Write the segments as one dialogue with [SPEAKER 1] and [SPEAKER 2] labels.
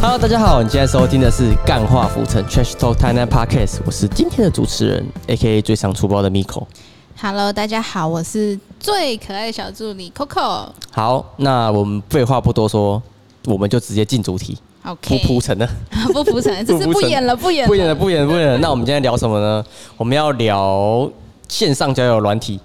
[SPEAKER 1] Hello，大家好，你现在收听的是《干话浮城 Trash Talk Thailand Podcast》，我是今天的主持人，A.K.A 最想出包的 Miko。
[SPEAKER 2] Hello，大家好，我是最可爱的小助理 Coco。
[SPEAKER 1] 好，那我们废话不多说，我们就直接进主题，不
[SPEAKER 2] OK，
[SPEAKER 1] 铺陈了，
[SPEAKER 2] 不铺陈，只是
[SPEAKER 1] 不铺
[SPEAKER 2] 不
[SPEAKER 1] 陈
[SPEAKER 2] 演了，不演
[SPEAKER 1] 不演
[SPEAKER 2] 了。
[SPEAKER 1] 了，不演了，不演了。那我们今天聊什么呢？我们要聊线上交友软体，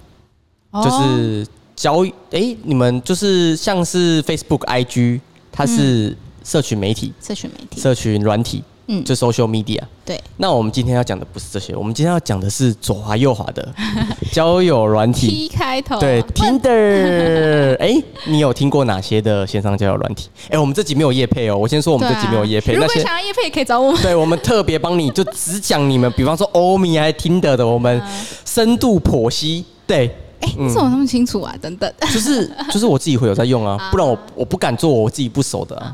[SPEAKER 2] 哦
[SPEAKER 1] 就是交哎、你们就是像是 Facebook、IG，它是社群媒体、
[SPEAKER 2] 社群媒体，
[SPEAKER 1] 社群软体，
[SPEAKER 2] 嗯
[SPEAKER 1] 就 social media。
[SPEAKER 2] 对，
[SPEAKER 1] 那我们今天要讲的不是这些，我们今天要讲的是左滑右滑的 交友软体，
[SPEAKER 2] T 开头，啊
[SPEAKER 1] 对
[SPEAKER 2] 不然
[SPEAKER 1] Tinder。哎、你有听过哪些的线上交友软体？哎、我们这集没有业配哦，我先说我们这集没有业配，
[SPEAKER 2] 对啊
[SPEAKER 1] 那
[SPEAKER 2] 如果
[SPEAKER 1] 些。
[SPEAKER 2] 想要叶配，可以找我们。
[SPEAKER 1] 对，我们特别帮你就只讲你们，比方说欧米还听得的，
[SPEAKER 2] 嗯
[SPEAKER 1] 我们深度剖析。对，
[SPEAKER 2] 哎，你怎么那么清楚啊？等等，
[SPEAKER 1] 就是就是我自己会有在用啊，不然我我不敢做我自己不熟的啊。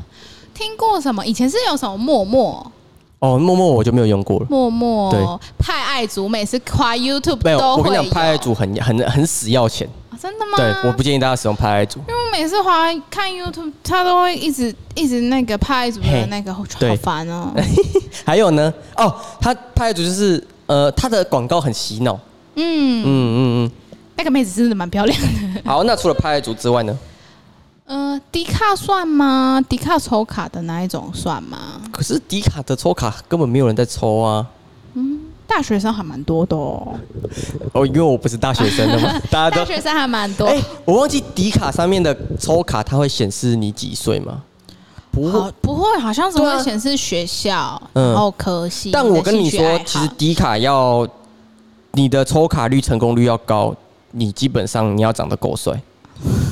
[SPEAKER 2] 听过什么？以前是有什么陌陌、
[SPEAKER 1] 哦，陌陌我就没有用过了。
[SPEAKER 2] 陌
[SPEAKER 1] 对
[SPEAKER 2] 陌、派爱族，每次夸 YouTube
[SPEAKER 1] 没有，
[SPEAKER 2] 都
[SPEAKER 1] 我跟
[SPEAKER 2] 会
[SPEAKER 1] 你讲，拍爱组很很很死要钱，
[SPEAKER 2] 哦真的吗？
[SPEAKER 1] 对，我不建议大家使用拍爱组。
[SPEAKER 2] 因为我每次滑看 YouTube，他都会一直一直那个派爱族
[SPEAKER 1] 嘿
[SPEAKER 2] 的那个，好
[SPEAKER 1] 对
[SPEAKER 2] 烦哦。
[SPEAKER 1] 还有呢，哦，他拍爱组就是呃，他的广告很洗脑。
[SPEAKER 2] 嗯，
[SPEAKER 1] 嗯嗯
[SPEAKER 2] 那个妹子真的蛮漂亮的。
[SPEAKER 1] 嗯。好，那除了拍爱组之外呢？
[SPEAKER 2] 呃，迪卡算吗？迪卡抽卡的那一种算吗？
[SPEAKER 1] 可是迪卡的抽卡根本没有人在抽啊。
[SPEAKER 2] 大学生还蛮多的哦，
[SPEAKER 1] 哦，因为我不是大学生的 嘛，大家
[SPEAKER 2] 大
[SPEAKER 1] 啊都
[SPEAKER 2] 学生还蛮多。
[SPEAKER 1] 哎、我忘记迪卡上面的抽卡，它会显示你几岁吗？不
[SPEAKER 2] 好
[SPEAKER 1] 会。，
[SPEAKER 2] 不会，好像只
[SPEAKER 1] 对啊
[SPEAKER 2] 会显示学校，
[SPEAKER 1] 嗯
[SPEAKER 2] 然后科系。
[SPEAKER 1] 但我跟你
[SPEAKER 2] 的兴趣爱
[SPEAKER 1] 说，
[SPEAKER 2] 好
[SPEAKER 1] 其实迪卡要你的抽卡率成功率要高，你基本上你要长得够帅，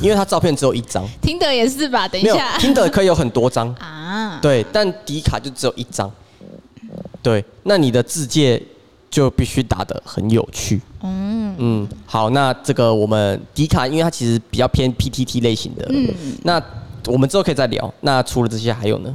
[SPEAKER 1] 因为它照片只有一张，
[SPEAKER 2] 听的也是吧？等一
[SPEAKER 1] 没有
[SPEAKER 2] 下
[SPEAKER 1] 听的可以有很多张，
[SPEAKER 2] 啊，
[SPEAKER 1] 对，但迪卡就只有一张，对，那你的字界就必须打得很有趣。
[SPEAKER 2] 嗯
[SPEAKER 1] 嗯，好，那这个我们迪卡，因为它其实比较偏 PTT 类型的，
[SPEAKER 2] 嗯，
[SPEAKER 1] 那我们之后可以再聊。那除了这些还有呢？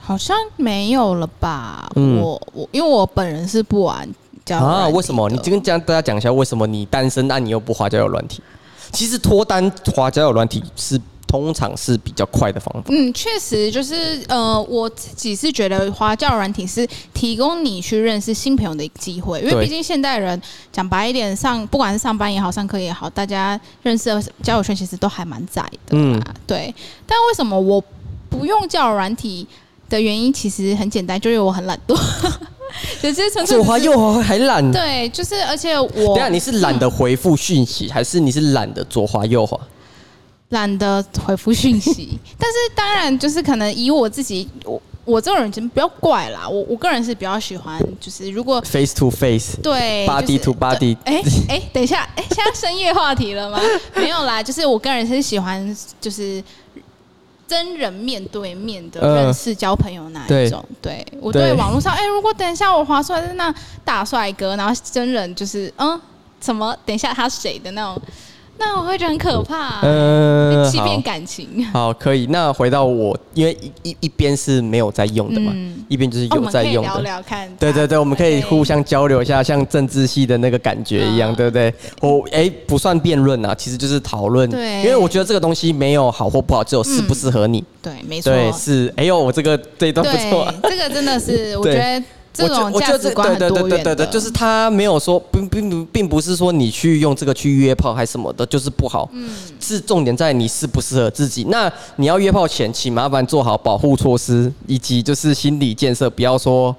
[SPEAKER 2] 好像没有了吧？
[SPEAKER 1] 嗯
[SPEAKER 2] 我我因为我本人是不玩交友
[SPEAKER 1] 啊，
[SPEAKER 2] 软体
[SPEAKER 1] 为什么？
[SPEAKER 2] 的
[SPEAKER 1] 你跟大家讲一下，为什么你单身，但你又不滑交友软体？其实脱单滑交友软体是通常是比较快的方法。
[SPEAKER 2] 嗯，确实就是呃，我自己是觉得花教软体是提供你去认识新朋友的一个机会，因为
[SPEAKER 1] 对
[SPEAKER 2] 毕竟现代人讲白一点，上不管是上班也好，上课也好，大家认识的交友圈其实都还蛮窄的啦。
[SPEAKER 1] 嗯
[SPEAKER 2] 对，但为什么我不用交友软体的原因其实很简单，就是我很懒惰， 只是纯粹
[SPEAKER 1] 左
[SPEAKER 2] 只
[SPEAKER 1] 滑
[SPEAKER 2] 是
[SPEAKER 1] 右滑还懒。等
[SPEAKER 2] 对，就是而且
[SPEAKER 1] 一
[SPEAKER 2] 我
[SPEAKER 1] 下你是懒得回复讯息，还是你是懒得左滑右滑？
[SPEAKER 2] 懒得回复 讯息，但是当然就是可能以我自己，我我这种人真不要怪啦，我我个人是比较喜欢，就是如果
[SPEAKER 1] Face to face，
[SPEAKER 2] 对
[SPEAKER 1] Body
[SPEAKER 2] 就是
[SPEAKER 1] to body
[SPEAKER 2] 对哎哎，等一下，哎，现在深夜话题 了吗？没有啦，就是我个人是喜欢就是真人面对面的
[SPEAKER 1] 嗯
[SPEAKER 2] 认识、交朋友那一种。对我对
[SPEAKER 1] 对
[SPEAKER 2] 网络上，哎，如果等一下我划出来是那大帅哥，然后真人就是嗯，怎么等一下他谁的那种，那我会觉得很可怕、啊
[SPEAKER 1] 嗯，
[SPEAKER 2] 欺
[SPEAKER 1] 好
[SPEAKER 2] 骗感情。
[SPEAKER 1] 好，可以。那回到我，因为一一一边是没有在用的嘛，
[SPEAKER 2] 嗯
[SPEAKER 1] 一边就是
[SPEAKER 2] 哦我
[SPEAKER 1] 有
[SPEAKER 2] 们
[SPEAKER 1] 在
[SPEAKER 2] 可以
[SPEAKER 1] 用
[SPEAKER 2] 聊
[SPEAKER 1] 的。
[SPEAKER 2] 聊看。
[SPEAKER 1] 对对对，我们可以互
[SPEAKER 2] 相。
[SPEAKER 1] 相交流一下，像政治系的那个感觉一样，
[SPEAKER 2] 嗯
[SPEAKER 1] 对不对？我哎、不算辩论啊，其实就是讨论。
[SPEAKER 2] 对
[SPEAKER 1] 因为我觉得这个东西没有好或不好，只有适不适合你。
[SPEAKER 2] 对，没错。
[SPEAKER 1] 对，是。哎呦，我这个这一段不错、啊
[SPEAKER 2] 对。， 这个真的是我觉得这
[SPEAKER 1] 我觉
[SPEAKER 2] 种
[SPEAKER 1] 我觉
[SPEAKER 2] 价
[SPEAKER 1] 得
[SPEAKER 2] 值观很
[SPEAKER 1] 对对
[SPEAKER 2] 多
[SPEAKER 1] 对
[SPEAKER 2] 元
[SPEAKER 1] 对
[SPEAKER 2] 的，
[SPEAKER 1] 对，就是他没有说并并不并不是说你去用这个去约炮还什么的，就是不好。嗯，是重点在你适不适合自己。那你要约炮前，请麻烦做好保护措施，以及就是心理建设，不要说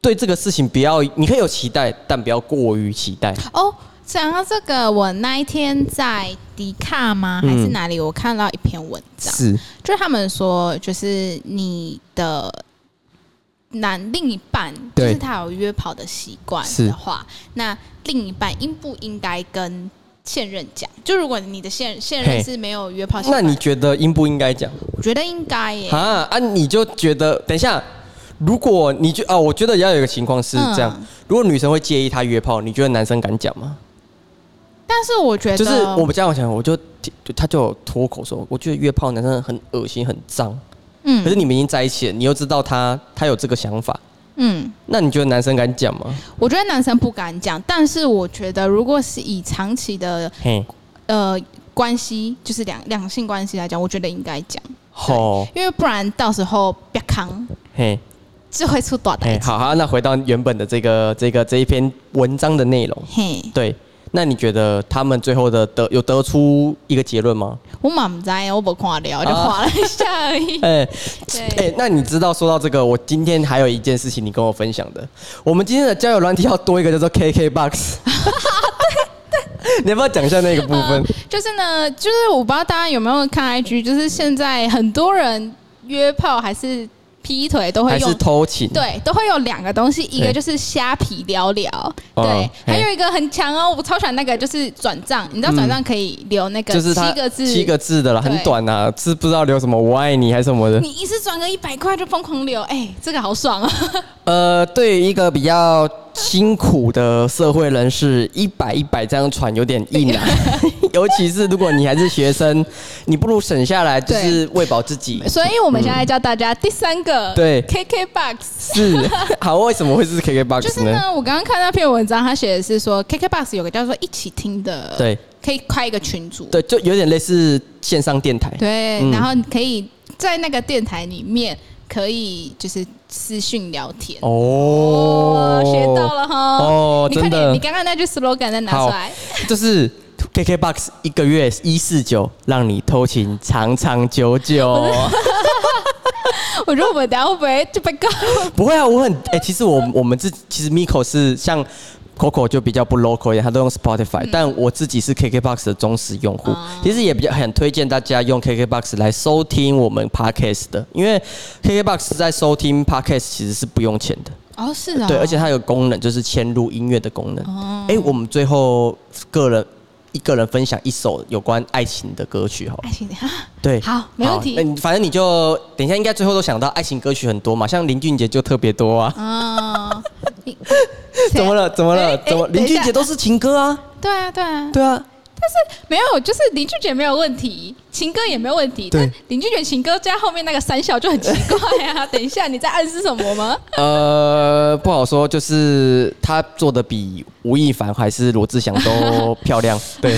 [SPEAKER 1] 对这个事情不要，你可以有期待，但不要过于期待。
[SPEAKER 2] 哦。讲到这个，我那一天在迪卡吗？还是
[SPEAKER 1] 嗯
[SPEAKER 2] 哪里？我看到一篇文章，
[SPEAKER 1] 是，
[SPEAKER 2] 就是他们说，就是你的男另一半，就
[SPEAKER 1] 对
[SPEAKER 2] 是他有约跑的习惯
[SPEAKER 1] 是
[SPEAKER 2] 的话，那另一半应不应该跟现任讲？就如果你的现现
[SPEAKER 1] 嘿
[SPEAKER 2] 任是没有约炮习
[SPEAKER 1] 那
[SPEAKER 2] 惯，
[SPEAKER 1] 你觉得应不应该讲
[SPEAKER 2] 我觉得应该耶。
[SPEAKER 1] 啊？啊，你就觉得等一下。如果你就啊，我觉得要有一个情况是这样：
[SPEAKER 2] 嗯
[SPEAKER 1] 如果女生会介意他约炮，你觉得男生敢讲吗？
[SPEAKER 2] 但是我觉得，
[SPEAKER 1] 就是我们家长讲，我就就他就有脱口说，我觉得约炮男生很恶心、很脏。
[SPEAKER 2] 嗯
[SPEAKER 1] 可是你们已经在一起了，你又知道他他有这个想法，
[SPEAKER 2] 嗯，
[SPEAKER 1] 那你觉得男生敢讲吗？
[SPEAKER 2] 我觉得男生不敢讲，但是我觉得如果是以长期的
[SPEAKER 1] 嘿，
[SPEAKER 2] 呃关系，就是两两性关系来讲，我觉得应该讲。
[SPEAKER 1] 吼，
[SPEAKER 2] 因为不然到时候别扛
[SPEAKER 1] 嘿，
[SPEAKER 2] 就会出大代
[SPEAKER 1] 嘿，
[SPEAKER 2] 志。
[SPEAKER 1] 好好，那回到原本的这个这个这一篇文章的内容，
[SPEAKER 2] 嘿，
[SPEAKER 1] 对，那你觉得他们最后的得有得出一个结论吗？
[SPEAKER 2] 我嘛唔知道，我无看了，我就划了一下而已。
[SPEAKER 1] 哎、
[SPEAKER 2] 对
[SPEAKER 1] 哎、那你知道说到这个，我今天还有一件事情你跟我分享的，我们今天的交友软体要多一个叫做 KKBox，你 要不要讲一下那个部分？
[SPEAKER 2] 就是呢，就是我不知道大家有没有看 IG，就是现在很多人约炮还是劈腿都会
[SPEAKER 1] 还
[SPEAKER 2] 用
[SPEAKER 1] 是偷情？
[SPEAKER 2] 对，都会有两个东西，一个
[SPEAKER 1] 对
[SPEAKER 2] 就是虾皮聊聊，
[SPEAKER 1] 哦
[SPEAKER 2] 对，
[SPEAKER 1] 嘿
[SPEAKER 2] 还有一个很强哦，我超喜欢那个，就是转账，你知道转账可以留那个
[SPEAKER 1] 哎就是
[SPEAKER 2] 七
[SPEAKER 1] 它
[SPEAKER 2] 个字，
[SPEAKER 1] 七个字的了，很
[SPEAKER 2] 对
[SPEAKER 1] 短啊，是不知道留什么“我爱你”还是什么的。
[SPEAKER 2] 你一次转个一百块就疯狂留，哎、这个好爽啊！
[SPEAKER 1] 呃，对于一个比较辛苦的社会人士，一百一百这样传有点硬啊， 尤其是如果你还是学生，你不如省下来，就是喂饱自己。
[SPEAKER 2] 所以我们现在教大家第三
[SPEAKER 1] 嗯
[SPEAKER 2] 个，
[SPEAKER 1] 对
[SPEAKER 2] ，KKBox。
[SPEAKER 1] 是，好，为什么会是 KKBOX
[SPEAKER 2] 就是
[SPEAKER 1] 呢？
[SPEAKER 2] 呢，我刚刚看那篇文章，他写的是说，KKBox 有个叫做一起听的，
[SPEAKER 1] 对，
[SPEAKER 2] 可以开一个群组，
[SPEAKER 1] 对，就有点类似线上电台。
[SPEAKER 2] 对，
[SPEAKER 1] 嗯
[SPEAKER 2] 然后你可以在那个电台里面可以就是私讯聊天，
[SPEAKER 1] 哦
[SPEAKER 2] 哦，学到了哈！
[SPEAKER 1] 哦
[SPEAKER 2] 你快
[SPEAKER 1] 真的
[SPEAKER 2] 点，你刚刚那句 slogan 再拿出
[SPEAKER 1] 好
[SPEAKER 2] 来。，
[SPEAKER 1] 就是 KKBOX 一个月一四九，让你偷情长长久久。
[SPEAKER 2] 我觉得我们等下会不会就被告？
[SPEAKER 1] 不会啊，我很哎、其实我我们自其实 Miko 是像 Coco 就比较不 local 一点，他都用 Spotify，、但
[SPEAKER 2] 嗯
[SPEAKER 1] 我自己是 KKBox 的忠实用户，
[SPEAKER 2] 啊
[SPEAKER 1] 其实也比较很推荐大家用 KKBox 来收听我们 Podcast 的，因为 KKBox 在收听 Podcast 其实是不用钱的。
[SPEAKER 2] 哦，是啊
[SPEAKER 1] 对，而且它有功能，就是嵌入音乐的功能。
[SPEAKER 2] 哦
[SPEAKER 1] 哎、我们最后个人一个人分享一首有关爱情的歌曲，好了，
[SPEAKER 2] 爱情啊，
[SPEAKER 1] 对，
[SPEAKER 2] 好没问题
[SPEAKER 1] 那你反正你就等一下，应该最后都想到爱情歌曲很多嘛，像林俊杰就特别多啊。
[SPEAKER 2] 啊，你
[SPEAKER 1] 怎么？了？怎么
[SPEAKER 2] 哎
[SPEAKER 1] 了
[SPEAKER 2] 哎？
[SPEAKER 1] 怎么？
[SPEAKER 2] 等
[SPEAKER 1] 林
[SPEAKER 2] 一下
[SPEAKER 1] 俊杰都是情歌啊，
[SPEAKER 2] 对啊，对啊，
[SPEAKER 1] 对啊，
[SPEAKER 2] 没有，就是林俊杰没有问题，情歌也没有问题，
[SPEAKER 1] 对
[SPEAKER 2] 但林俊杰情歌加后面那个三小就很奇怪 啊！等一下，你在暗示什么吗？
[SPEAKER 1] 呃，不好说，就是他做的比吴亦凡还是罗志祥都漂 亮。对，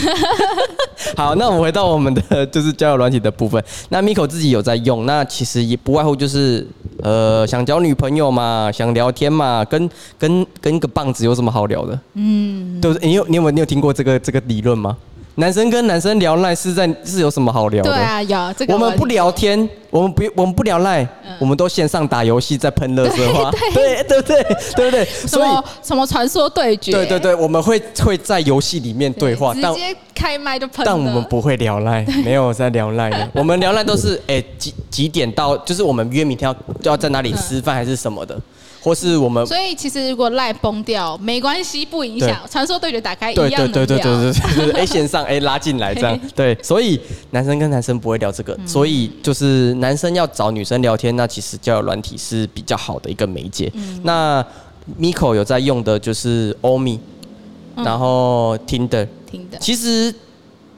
[SPEAKER 1] 好，那我们回到我们的 就是交友软体的部分。那 Miko 自己有在用，那其实也不外乎就是呃，想交女朋友嘛，想聊天嘛，跟跟跟个棒子有什么好聊的？嗯，对不对？你有你有没有你有听过这个这个理论吗？男生跟男生聊赖是在是有什么好聊的？
[SPEAKER 2] 对啊，有这个嗯
[SPEAKER 1] 我们不聊天，我们不，我们不聊赖、我们都线上打游戏，在喷热色 话，对对不对？对不对？
[SPEAKER 2] 什
[SPEAKER 1] 所以
[SPEAKER 2] 么，什么传说对决，
[SPEAKER 1] 对对对，我们会会在游戏里面对话，但
[SPEAKER 2] 直接开麦就喷了。
[SPEAKER 1] 但我们不会聊赖，没有在聊赖 的。我们聊赖都是哎、几几点到，就是我们约明天要要在哪里
[SPEAKER 2] 嗯
[SPEAKER 1] 吃饭还是什么的，或是我们
[SPEAKER 2] 所以其实如果赖崩掉没关系，不影响。传说对决打开一样
[SPEAKER 1] 对
[SPEAKER 2] 能
[SPEAKER 1] 对
[SPEAKER 2] 聊。
[SPEAKER 1] 对对对对对对，哎、线上哎、拉进来这样，对，所以男生跟男生不会聊这个，所以就是男生要找女生聊天，那其实交友软体是比较好的一个媒介。那 Miko 有在用的就是 Omi，然后 Tinder，
[SPEAKER 2] 听的
[SPEAKER 1] 其实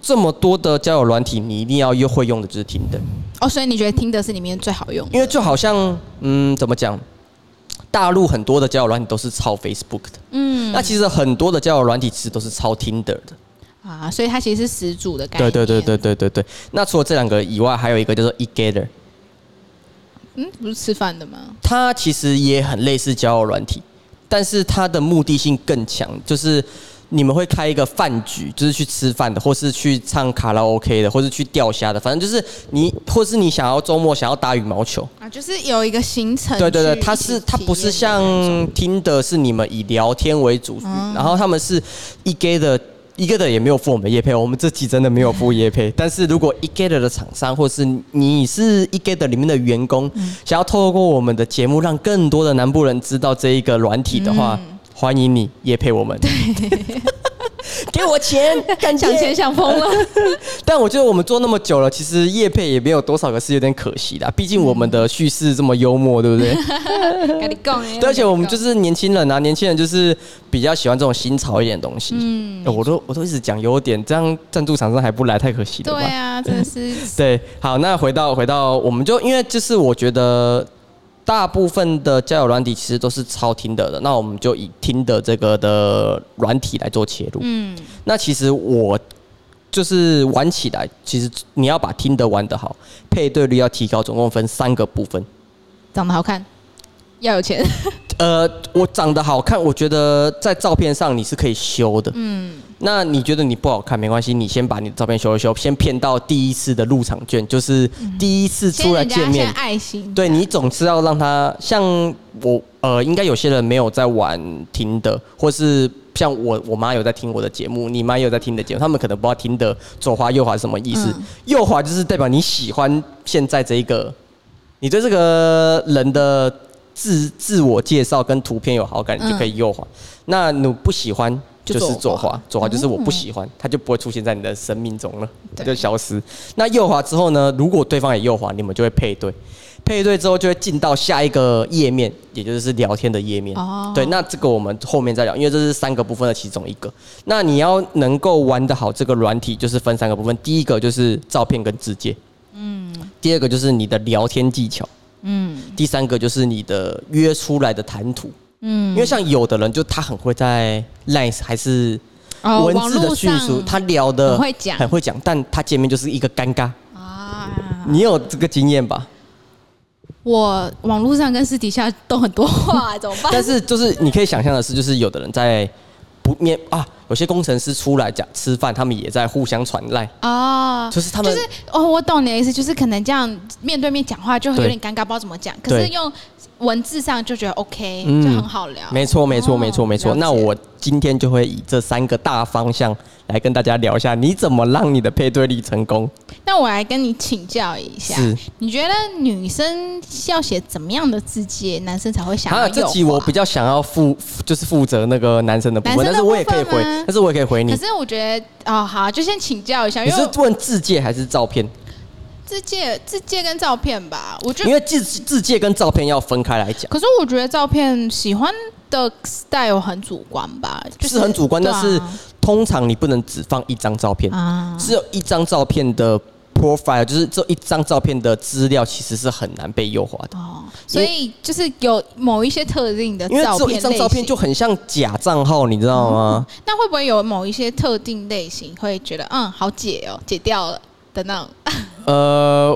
[SPEAKER 1] 这么多的交友软体，你一定要又会用的就是 Tinder。
[SPEAKER 2] 哦，所以你觉得听的是里面最好用？
[SPEAKER 1] 因为就好像，嗯，怎么讲？大陆很多的交友软体都是抄 Facebook 的，嗯，那其实很多的交友软体其实都是抄 Tinder 的，
[SPEAKER 2] 啊，所以它其实是始祖的概
[SPEAKER 1] 对
[SPEAKER 2] 念。
[SPEAKER 1] 对对对，对对对。那除了这两个以外，还有一个叫做 eGather，
[SPEAKER 2] 嗯，不是吃饭的吗？
[SPEAKER 1] 它其实也很类似交友软体，但是它的目的性更强，就是你们会开一个饭局，就是去吃饭的，或是去唱卡拉 OK 的，或是去钓虾的，反正就是你，或是你想要周末想要打羽毛球，
[SPEAKER 2] 啊，就是有一个行程去一起体验
[SPEAKER 1] 对
[SPEAKER 2] 的
[SPEAKER 1] 对
[SPEAKER 2] 那种。
[SPEAKER 1] 对，它是它不是像听的是你们以聊天为主，
[SPEAKER 2] 哦
[SPEAKER 1] 然后他们是一 g 的。一 g 的也没有付我们业配，我们这期真的没有付业
[SPEAKER 2] 嗯
[SPEAKER 1] 配。但是如果一 g 的的厂商，或是你是一 g 的里面的员工，
[SPEAKER 2] 嗯
[SPEAKER 1] 想要透过我们的节目让更多的南部人知道这一个软体的话，
[SPEAKER 2] 嗯
[SPEAKER 1] 欢迎你业配我们， 给我钱， 干
[SPEAKER 2] 想
[SPEAKER 1] 钱
[SPEAKER 2] 钱想疯了。
[SPEAKER 1] 但我觉得我们做那么久了，其实叶配也没有多少个是有点可惜啦。毕竟我们的叙事这么幽默，对不对？
[SPEAKER 2] 跟你讲欸，
[SPEAKER 1] 对，而且我们就是年轻人啊，年轻人就是比较喜欢这种新潮一点的东西。嗯，我都我都一直讲优点，这样赞助厂商还不来，太可惜了吧？
[SPEAKER 2] 对啊，真的是
[SPEAKER 1] 对，好，那回到回到，我们就因为就是我觉得大部分的交友软体其实都是超听的的，那我们就
[SPEAKER 2] 嗯
[SPEAKER 1] 以听的这个的软体来做切入。嗯，那其实我就是玩起来，其实你要把听得玩得好，配对率要提高，总共分三个部分。
[SPEAKER 2] 长得好看，要有钱，
[SPEAKER 1] 呃，我长得好看，我觉得在照片上你是可以修的。
[SPEAKER 2] 嗯，
[SPEAKER 1] 那你觉得你不好看没关系，你先把你的照片修一修，先骗到第一次的入场券，就是第一次
[SPEAKER 2] 先
[SPEAKER 1] 出来
[SPEAKER 2] 人家
[SPEAKER 1] 见面
[SPEAKER 2] 嗯先，爱心，
[SPEAKER 1] 对你总是要让他像我呃，应该有些人没有在玩听的，或是像我我妈有在听我的节目，你妈也有在听你的节目，他们可能不知道听的左滑右滑是什么意思。
[SPEAKER 2] 嗯
[SPEAKER 1] 右滑就是代表你喜欢现在这一个，你对这个人的自自我介绍跟图片有好感，你就可以右滑。那你不喜欢
[SPEAKER 2] 嗯就
[SPEAKER 1] 就是
[SPEAKER 2] 左
[SPEAKER 1] 左
[SPEAKER 2] 滑
[SPEAKER 1] 滑，左滑就是我不
[SPEAKER 2] 嗯
[SPEAKER 1] 喜欢，它就不会出现在你的生命中了，它
[SPEAKER 2] 对
[SPEAKER 1] 就消失。那右滑之后呢，如果对方也右滑，你们就会配对。配对之后就会进到下一个页面，也就是聊天的页面。
[SPEAKER 2] 哦
[SPEAKER 1] 对，那这个我们后面再聊，因为这是三个部分的其中一个。那你要能够玩得好这个软体，就是分三个部分。第一个就是照片跟字节，嗯。第二个就是你的聊天技巧，
[SPEAKER 2] 嗯
[SPEAKER 1] 第三个就是你的约出来的谈吐。因
[SPEAKER 2] 嗯，
[SPEAKER 1] 为像有的人就他很会在 Line 还是
[SPEAKER 2] 哦
[SPEAKER 1] 文字的叙述，
[SPEAKER 2] 网络上
[SPEAKER 1] 他聊的
[SPEAKER 2] 很会讲
[SPEAKER 1] 很会讲，但他见面就是一个尴尬。
[SPEAKER 2] 啊，
[SPEAKER 1] 你有这个经验吧？
[SPEAKER 2] 我网络上跟私底下都很多 话，怎么 办？
[SPEAKER 1] 但是就是你可以想象的是，就是有的人在不面啊，有些工程师出来讲吃饭，他们也在互相传赖，
[SPEAKER 2] 啊，
[SPEAKER 1] 就是他们
[SPEAKER 2] 就是哦，我懂你的意思，就是可能这样面对面讲话就会有
[SPEAKER 1] 对
[SPEAKER 2] 点尴尬，不知道怎么讲。可
[SPEAKER 1] 对
[SPEAKER 2] 是用文字上就觉得 OK，、
[SPEAKER 1] 嗯
[SPEAKER 2] 就很好聊。
[SPEAKER 1] 没错，没错，
[SPEAKER 2] 哦
[SPEAKER 1] 没错，没错。
[SPEAKER 2] 了解
[SPEAKER 1] 那我今天就会以这三个大方向来跟大家聊一下，你怎么让你的配对率成功？
[SPEAKER 2] 那我来跟你请教一下
[SPEAKER 1] 是，
[SPEAKER 2] 你觉得女生要写怎么样的字迹，男生才会想要
[SPEAKER 1] 啊，
[SPEAKER 2] 用？
[SPEAKER 1] 这集我比较想要负，就是负责那个男生的部分，
[SPEAKER 2] 男
[SPEAKER 1] 但
[SPEAKER 2] 生的
[SPEAKER 1] 是我也可以
[SPEAKER 2] 部
[SPEAKER 1] 回
[SPEAKER 2] 分吗，
[SPEAKER 1] 但是我也可以回你
[SPEAKER 2] 可。是我觉得哦，好，就先请教一下，
[SPEAKER 1] 你
[SPEAKER 2] 因
[SPEAKER 1] 是
[SPEAKER 2] 为
[SPEAKER 1] 问字界还是照片？
[SPEAKER 2] 字界、字界跟照片吧，我觉
[SPEAKER 1] 因
[SPEAKER 2] 得，
[SPEAKER 1] 为字字界跟照片要分开来讲，
[SPEAKER 2] 可是我觉得照片喜欢的 style 很主观吧，就是
[SPEAKER 1] 很主观，
[SPEAKER 2] 对
[SPEAKER 1] 但
[SPEAKER 2] 啊
[SPEAKER 1] 是通常你不能只放一张照片，
[SPEAKER 2] 啊，
[SPEAKER 1] 只有一张照片的 profile，就是这一张照片的资料，其实是很难被优化的。
[SPEAKER 2] 哦，所以就是有某一些特定的
[SPEAKER 1] 因为
[SPEAKER 2] 照
[SPEAKER 1] 只有一
[SPEAKER 2] 片
[SPEAKER 1] 张
[SPEAKER 2] 类
[SPEAKER 1] 照片
[SPEAKER 2] 型，
[SPEAKER 1] 就很像假账号，你知道吗？
[SPEAKER 2] 那会不会有某一些特定类型会觉得嗯好解哦，解掉了的那种？啊
[SPEAKER 1] 呃，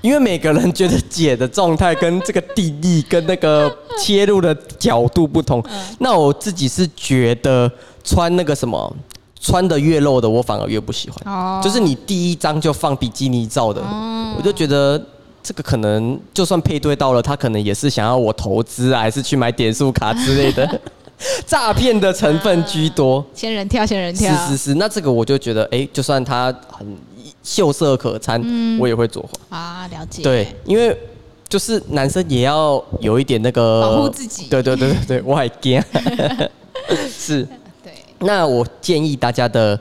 [SPEAKER 1] 因为每个人觉得解的状态跟这个定义跟那个切入的角度不同，那我自己是觉得穿那个什么。穿的越露的，我反而越不喜欢。
[SPEAKER 2] 哦
[SPEAKER 1] 就是你第一张就放比基尼照的，我就觉得这个可能就算配对到了，他可能也是想要我投资啊，还是去买点数卡之类的，诈骗的成分居多。
[SPEAKER 2] 仙人跳，仙人
[SPEAKER 1] 是
[SPEAKER 2] 跳，
[SPEAKER 1] 是是，那这个我就觉得，哎、就算他很秀色可餐，
[SPEAKER 2] 嗯
[SPEAKER 1] 我也会左滑。
[SPEAKER 2] 啊，了解，
[SPEAKER 1] 对，，因为就是男生也要有一点那个
[SPEAKER 2] 保护自己
[SPEAKER 1] 对对对对对，我还 惊。是，
[SPEAKER 2] 对，
[SPEAKER 1] 那我建议大家的，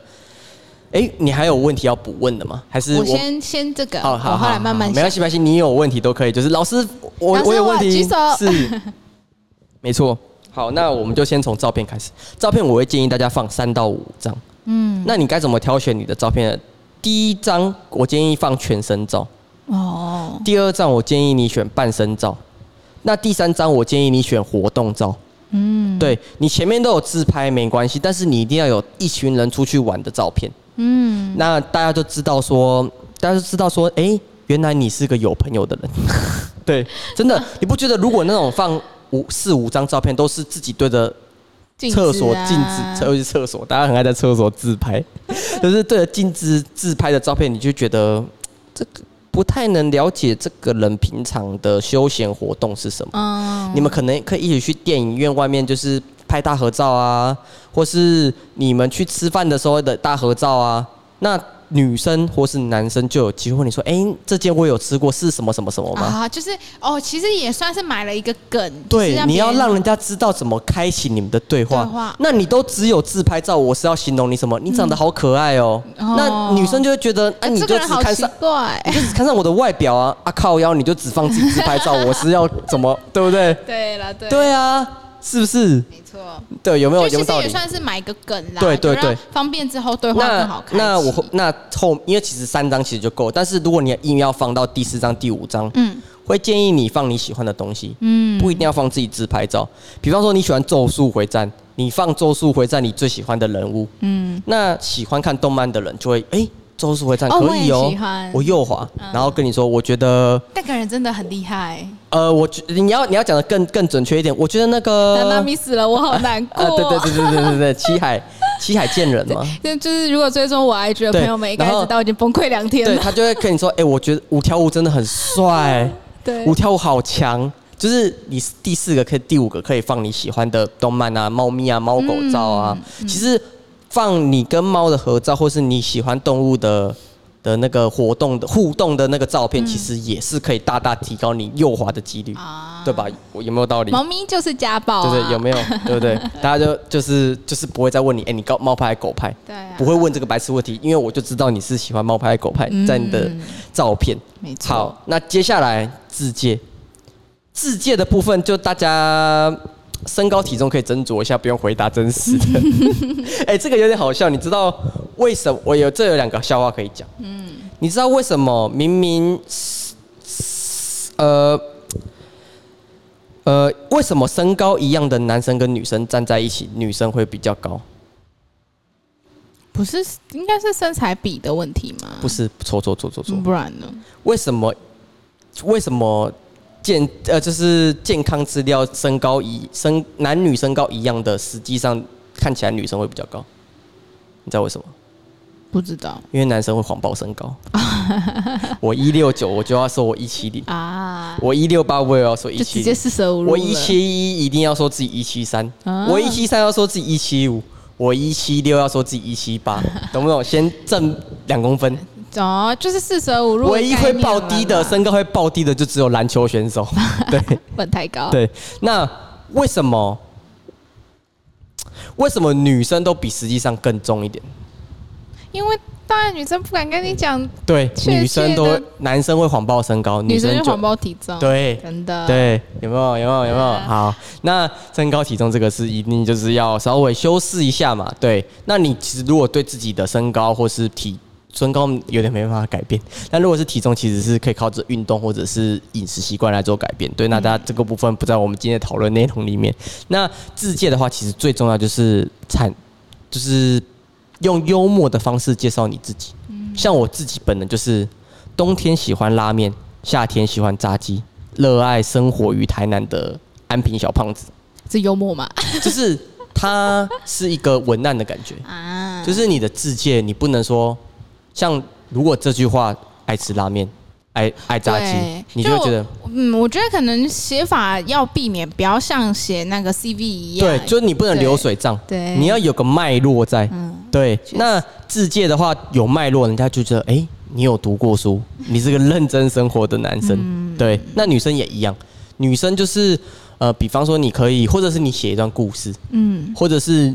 [SPEAKER 1] 哎、你还有问题要补问的吗？还是
[SPEAKER 2] 我先先这个，
[SPEAKER 1] 好好
[SPEAKER 2] 我后
[SPEAKER 1] 好，
[SPEAKER 2] 来慢慢
[SPEAKER 1] 好
[SPEAKER 2] 想，
[SPEAKER 1] 没关系没关系，你有问题都可以，就是老师，我
[SPEAKER 2] 老师
[SPEAKER 1] 我有问
[SPEAKER 2] 我
[SPEAKER 1] 题
[SPEAKER 2] 举手，
[SPEAKER 1] 是，没错。好，那我们就先从照片开始。照片我会建议大家放三到五张。嗯，那你该怎么挑选你的照片呢？第一张我建议放全身照，
[SPEAKER 2] 哦，
[SPEAKER 1] 第二张我建议你选半身照，那第三张我建议你选活动照。嗯，对你前面都有自拍没关系，但是你一定要有一群人出去玩的照片。
[SPEAKER 2] 嗯，
[SPEAKER 1] 那大家就知道说，大家就知道说，哎、原来你是个有朋友的 人。对，真的，你不觉得如果那种放五四五张照片都是自己对着
[SPEAKER 2] 镜
[SPEAKER 1] 厕所
[SPEAKER 2] 啊
[SPEAKER 1] 镜子，尤其是厕所，大家很爱在厕所自拍， 就是对着镜子自拍的照片，你就觉得这个不太能了解这个人平常的休闲活动是什么。
[SPEAKER 2] 嗯，
[SPEAKER 1] 你们可能可以一起去电影院外面，就是拍大合照啊，或是你们去吃饭的时候的大合照啊。那女生或是男生就有机会问你说：“哎、这间我有吃过，是什么什么什么吗？”
[SPEAKER 2] 啊，就是哦，其实也算是买了一个梗，就是
[SPEAKER 1] 对，你
[SPEAKER 2] 别
[SPEAKER 1] 要
[SPEAKER 2] 人
[SPEAKER 1] 让人家知道怎么开启你们的对话。
[SPEAKER 2] 对话嗯
[SPEAKER 1] 那你都只有自拍照，我是要形容你什么？你长得好可爱哦。
[SPEAKER 2] 哦
[SPEAKER 1] 那女生就会觉得，啊，
[SPEAKER 2] 呃
[SPEAKER 1] 你
[SPEAKER 2] 这
[SPEAKER 1] 就
[SPEAKER 2] 个
[SPEAKER 1] 只
[SPEAKER 2] 人好
[SPEAKER 1] 看
[SPEAKER 2] 奇
[SPEAKER 1] 上，
[SPEAKER 2] 怪，
[SPEAKER 1] 你就只看上我的外表 啊，啊靠腰，你就只放自己自拍照，我是要怎么，对不对？
[SPEAKER 2] 对了，对，
[SPEAKER 1] 对啊，是不是？
[SPEAKER 2] 没错。
[SPEAKER 1] 对，有没有有
[SPEAKER 2] 就
[SPEAKER 1] 没有
[SPEAKER 2] 其实
[SPEAKER 1] 道
[SPEAKER 2] 也
[SPEAKER 1] 理？
[SPEAKER 2] 算是买个梗啦，
[SPEAKER 1] 对对
[SPEAKER 2] 就让
[SPEAKER 1] 对
[SPEAKER 2] 方便之后对话更好
[SPEAKER 1] 那
[SPEAKER 2] 看。
[SPEAKER 1] 那我那后，因为其实三张其实就够，但是如果你硬要放到第四张、第五张，
[SPEAKER 2] 嗯
[SPEAKER 1] 会建议你放你喜欢的东西，
[SPEAKER 2] 嗯
[SPEAKER 1] 不一定要放自己自拍照。比方说你喜欢《咒术回战》，你放《咒术回战》你最喜欢的人物，
[SPEAKER 2] 嗯，
[SPEAKER 1] 那喜欢看动漫的人就会，哎、咒术回战》
[SPEAKER 2] 哦
[SPEAKER 1] 可以
[SPEAKER 2] 我
[SPEAKER 1] 哦
[SPEAKER 2] 也喜欢，嗯
[SPEAKER 1] 我右滑，然后跟你说，我觉得，
[SPEAKER 2] 那个人真的很厉害，
[SPEAKER 1] 呃，我觉你要你要讲的更更准确一点，我觉得那
[SPEAKER 2] 娜娜
[SPEAKER 1] 个，
[SPEAKER 2] 咪死了，我好难过。
[SPEAKER 1] 啊，对对对对对对对，七海七海剑人嘛，
[SPEAKER 2] 就就是如果追踪我 IG 的
[SPEAKER 1] 对
[SPEAKER 2] 朋友们，应该
[SPEAKER 1] 然后
[SPEAKER 2] 知道我已经崩溃两天
[SPEAKER 1] 对
[SPEAKER 2] 了。
[SPEAKER 1] 他就会跟你说，哎、我觉得五条悟真的很帅，
[SPEAKER 2] 对
[SPEAKER 1] 五条悟好强。就是你第四个可以，第五个可以放你喜欢的动漫啊、猫咪啊、猫狗照啊。
[SPEAKER 2] 嗯
[SPEAKER 1] 其实放你跟猫的合照，或是你喜欢动物的的那个活动的互动的那个照
[SPEAKER 2] 嗯
[SPEAKER 1] 片，其实也是可以大大提高你右滑的几率，
[SPEAKER 2] 啊
[SPEAKER 1] 对吧？我有没有道理？
[SPEAKER 2] 猫咪就是家暴、
[SPEAKER 1] 对
[SPEAKER 2] 啊，
[SPEAKER 1] 不对？有没有？对 不对？大家就就是就是不会再问你，哎、你高猫派还是狗派？
[SPEAKER 2] 对啊
[SPEAKER 1] 不会问这个白痴问题，因为我就知道你是喜欢猫派还是狗派，在你的
[SPEAKER 2] 嗯
[SPEAKER 1] 照片。
[SPEAKER 2] 没错。
[SPEAKER 1] 好，那接下来自介，自介的部分就大家身高体重可以斟酌一下，不用回答真实 的。哎、这个有点好笑，你知道为什么？我有这有两个笑话可以讲。嗯，你知道为什么明明呃呃，为什么身高一样的男生跟女生站在一起，女生会比较高？
[SPEAKER 2] 不是应该是身材比的问题吗？
[SPEAKER 1] 不是，错错错错错。
[SPEAKER 2] 嗯，不然呢？
[SPEAKER 1] 为什么为什么健呃就是健康资料身高一身男女身高一样的，实际上看起来女生会比较高，你知道为什么？
[SPEAKER 2] 不知道
[SPEAKER 1] 因为男生会谎报身 高。我一六九，我就要说我一七零；
[SPEAKER 2] 啊，
[SPEAKER 1] 我一六八，我也要说一
[SPEAKER 2] 就
[SPEAKER 1] 七
[SPEAKER 2] 直接
[SPEAKER 1] 零；
[SPEAKER 2] 四舍五入了。
[SPEAKER 1] 我一七一，一定要说自己一七三；
[SPEAKER 2] 啊
[SPEAKER 1] 我一七三，要说自己一七五；我一七六，要说自己一七八，懂不懂？先挣两公分。
[SPEAKER 2] 哦，就是四舍五入。
[SPEAKER 1] 唯一会爆低的，身高会爆低的就只有篮球选手。对
[SPEAKER 2] 本太高。，
[SPEAKER 1] 对，那为什么？为什么女生都比实际上更重一点？
[SPEAKER 2] 因为当然女生不敢跟你讲，
[SPEAKER 1] 对，
[SPEAKER 2] 确切的
[SPEAKER 1] 女生都会男生会谎报身高，
[SPEAKER 2] 女
[SPEAKER 1] 女
[SPEAKER 2] 生
[SPEAKER 1] 生
[SPEAKER 2] 就
[SPEAKER 1] 就
[SPEAKER 2] 谎报体重。，
[SPEAKER 1] 对
[SPEAKER 2] 真的。，
[SPEAKER 1] 对，有没有？有没有？有没有？好，那身高体重这个是一定就是要稍微修饰一下嘛。对，那你其实如果对自己的身高或是体身高有点没办法改变，但如果是体重，其实是可以靠着运动或者是饮食习惯来做改变。对，那大家这个部分不在我们今天的讨论内容里面。那自介的话，其实最重要就是产，就是用幽默的方式介绍你自己。像我自己本人就是冬天喜欢拉面，夏天喜欢炸鸡，热爱生活于台南的安平小胖子，
[SPEAKER 2] 是幽默嘛？
[SPEAKER 1] 就是他是一个文案的感觉，
[SPEAKER 2] 啊，
[SPEAKER 1] 就是你的自介，你不能说像如果这句话爱吃拉面，爱爱炸鸡
[SPEAKER 2] 对，
[SPEAKER 1] 你就会觉得。
[SPEAKER 2] 我嗯，我觉得可能写法要避免，不要像写那个 CV 一样。
[SPEAKER 1] 对，就是你不能
[SPEAKER 2] 对
[SPEAKER 1] 流水账，
[SPEAKER 2] 对
[SPEAKER 1] 你要有个脉络在。
[SPEAKER 2] 嗯
[SPEAKER 1] 对，
[SPEAKER 2] 确实
[SPEAKER 1] 那自介的话有脉络，人家就觉得，哎、你有读过书，你是个认真生活的男生。
[SPEAKER 2] 嗯
[SPEAKER 1] 对，那女生也一样，女生就是，呃，比方说你可以，或者是你写一段故事，
[SPEAKER 2] 嗯，
[SPEAKER 1] 或者是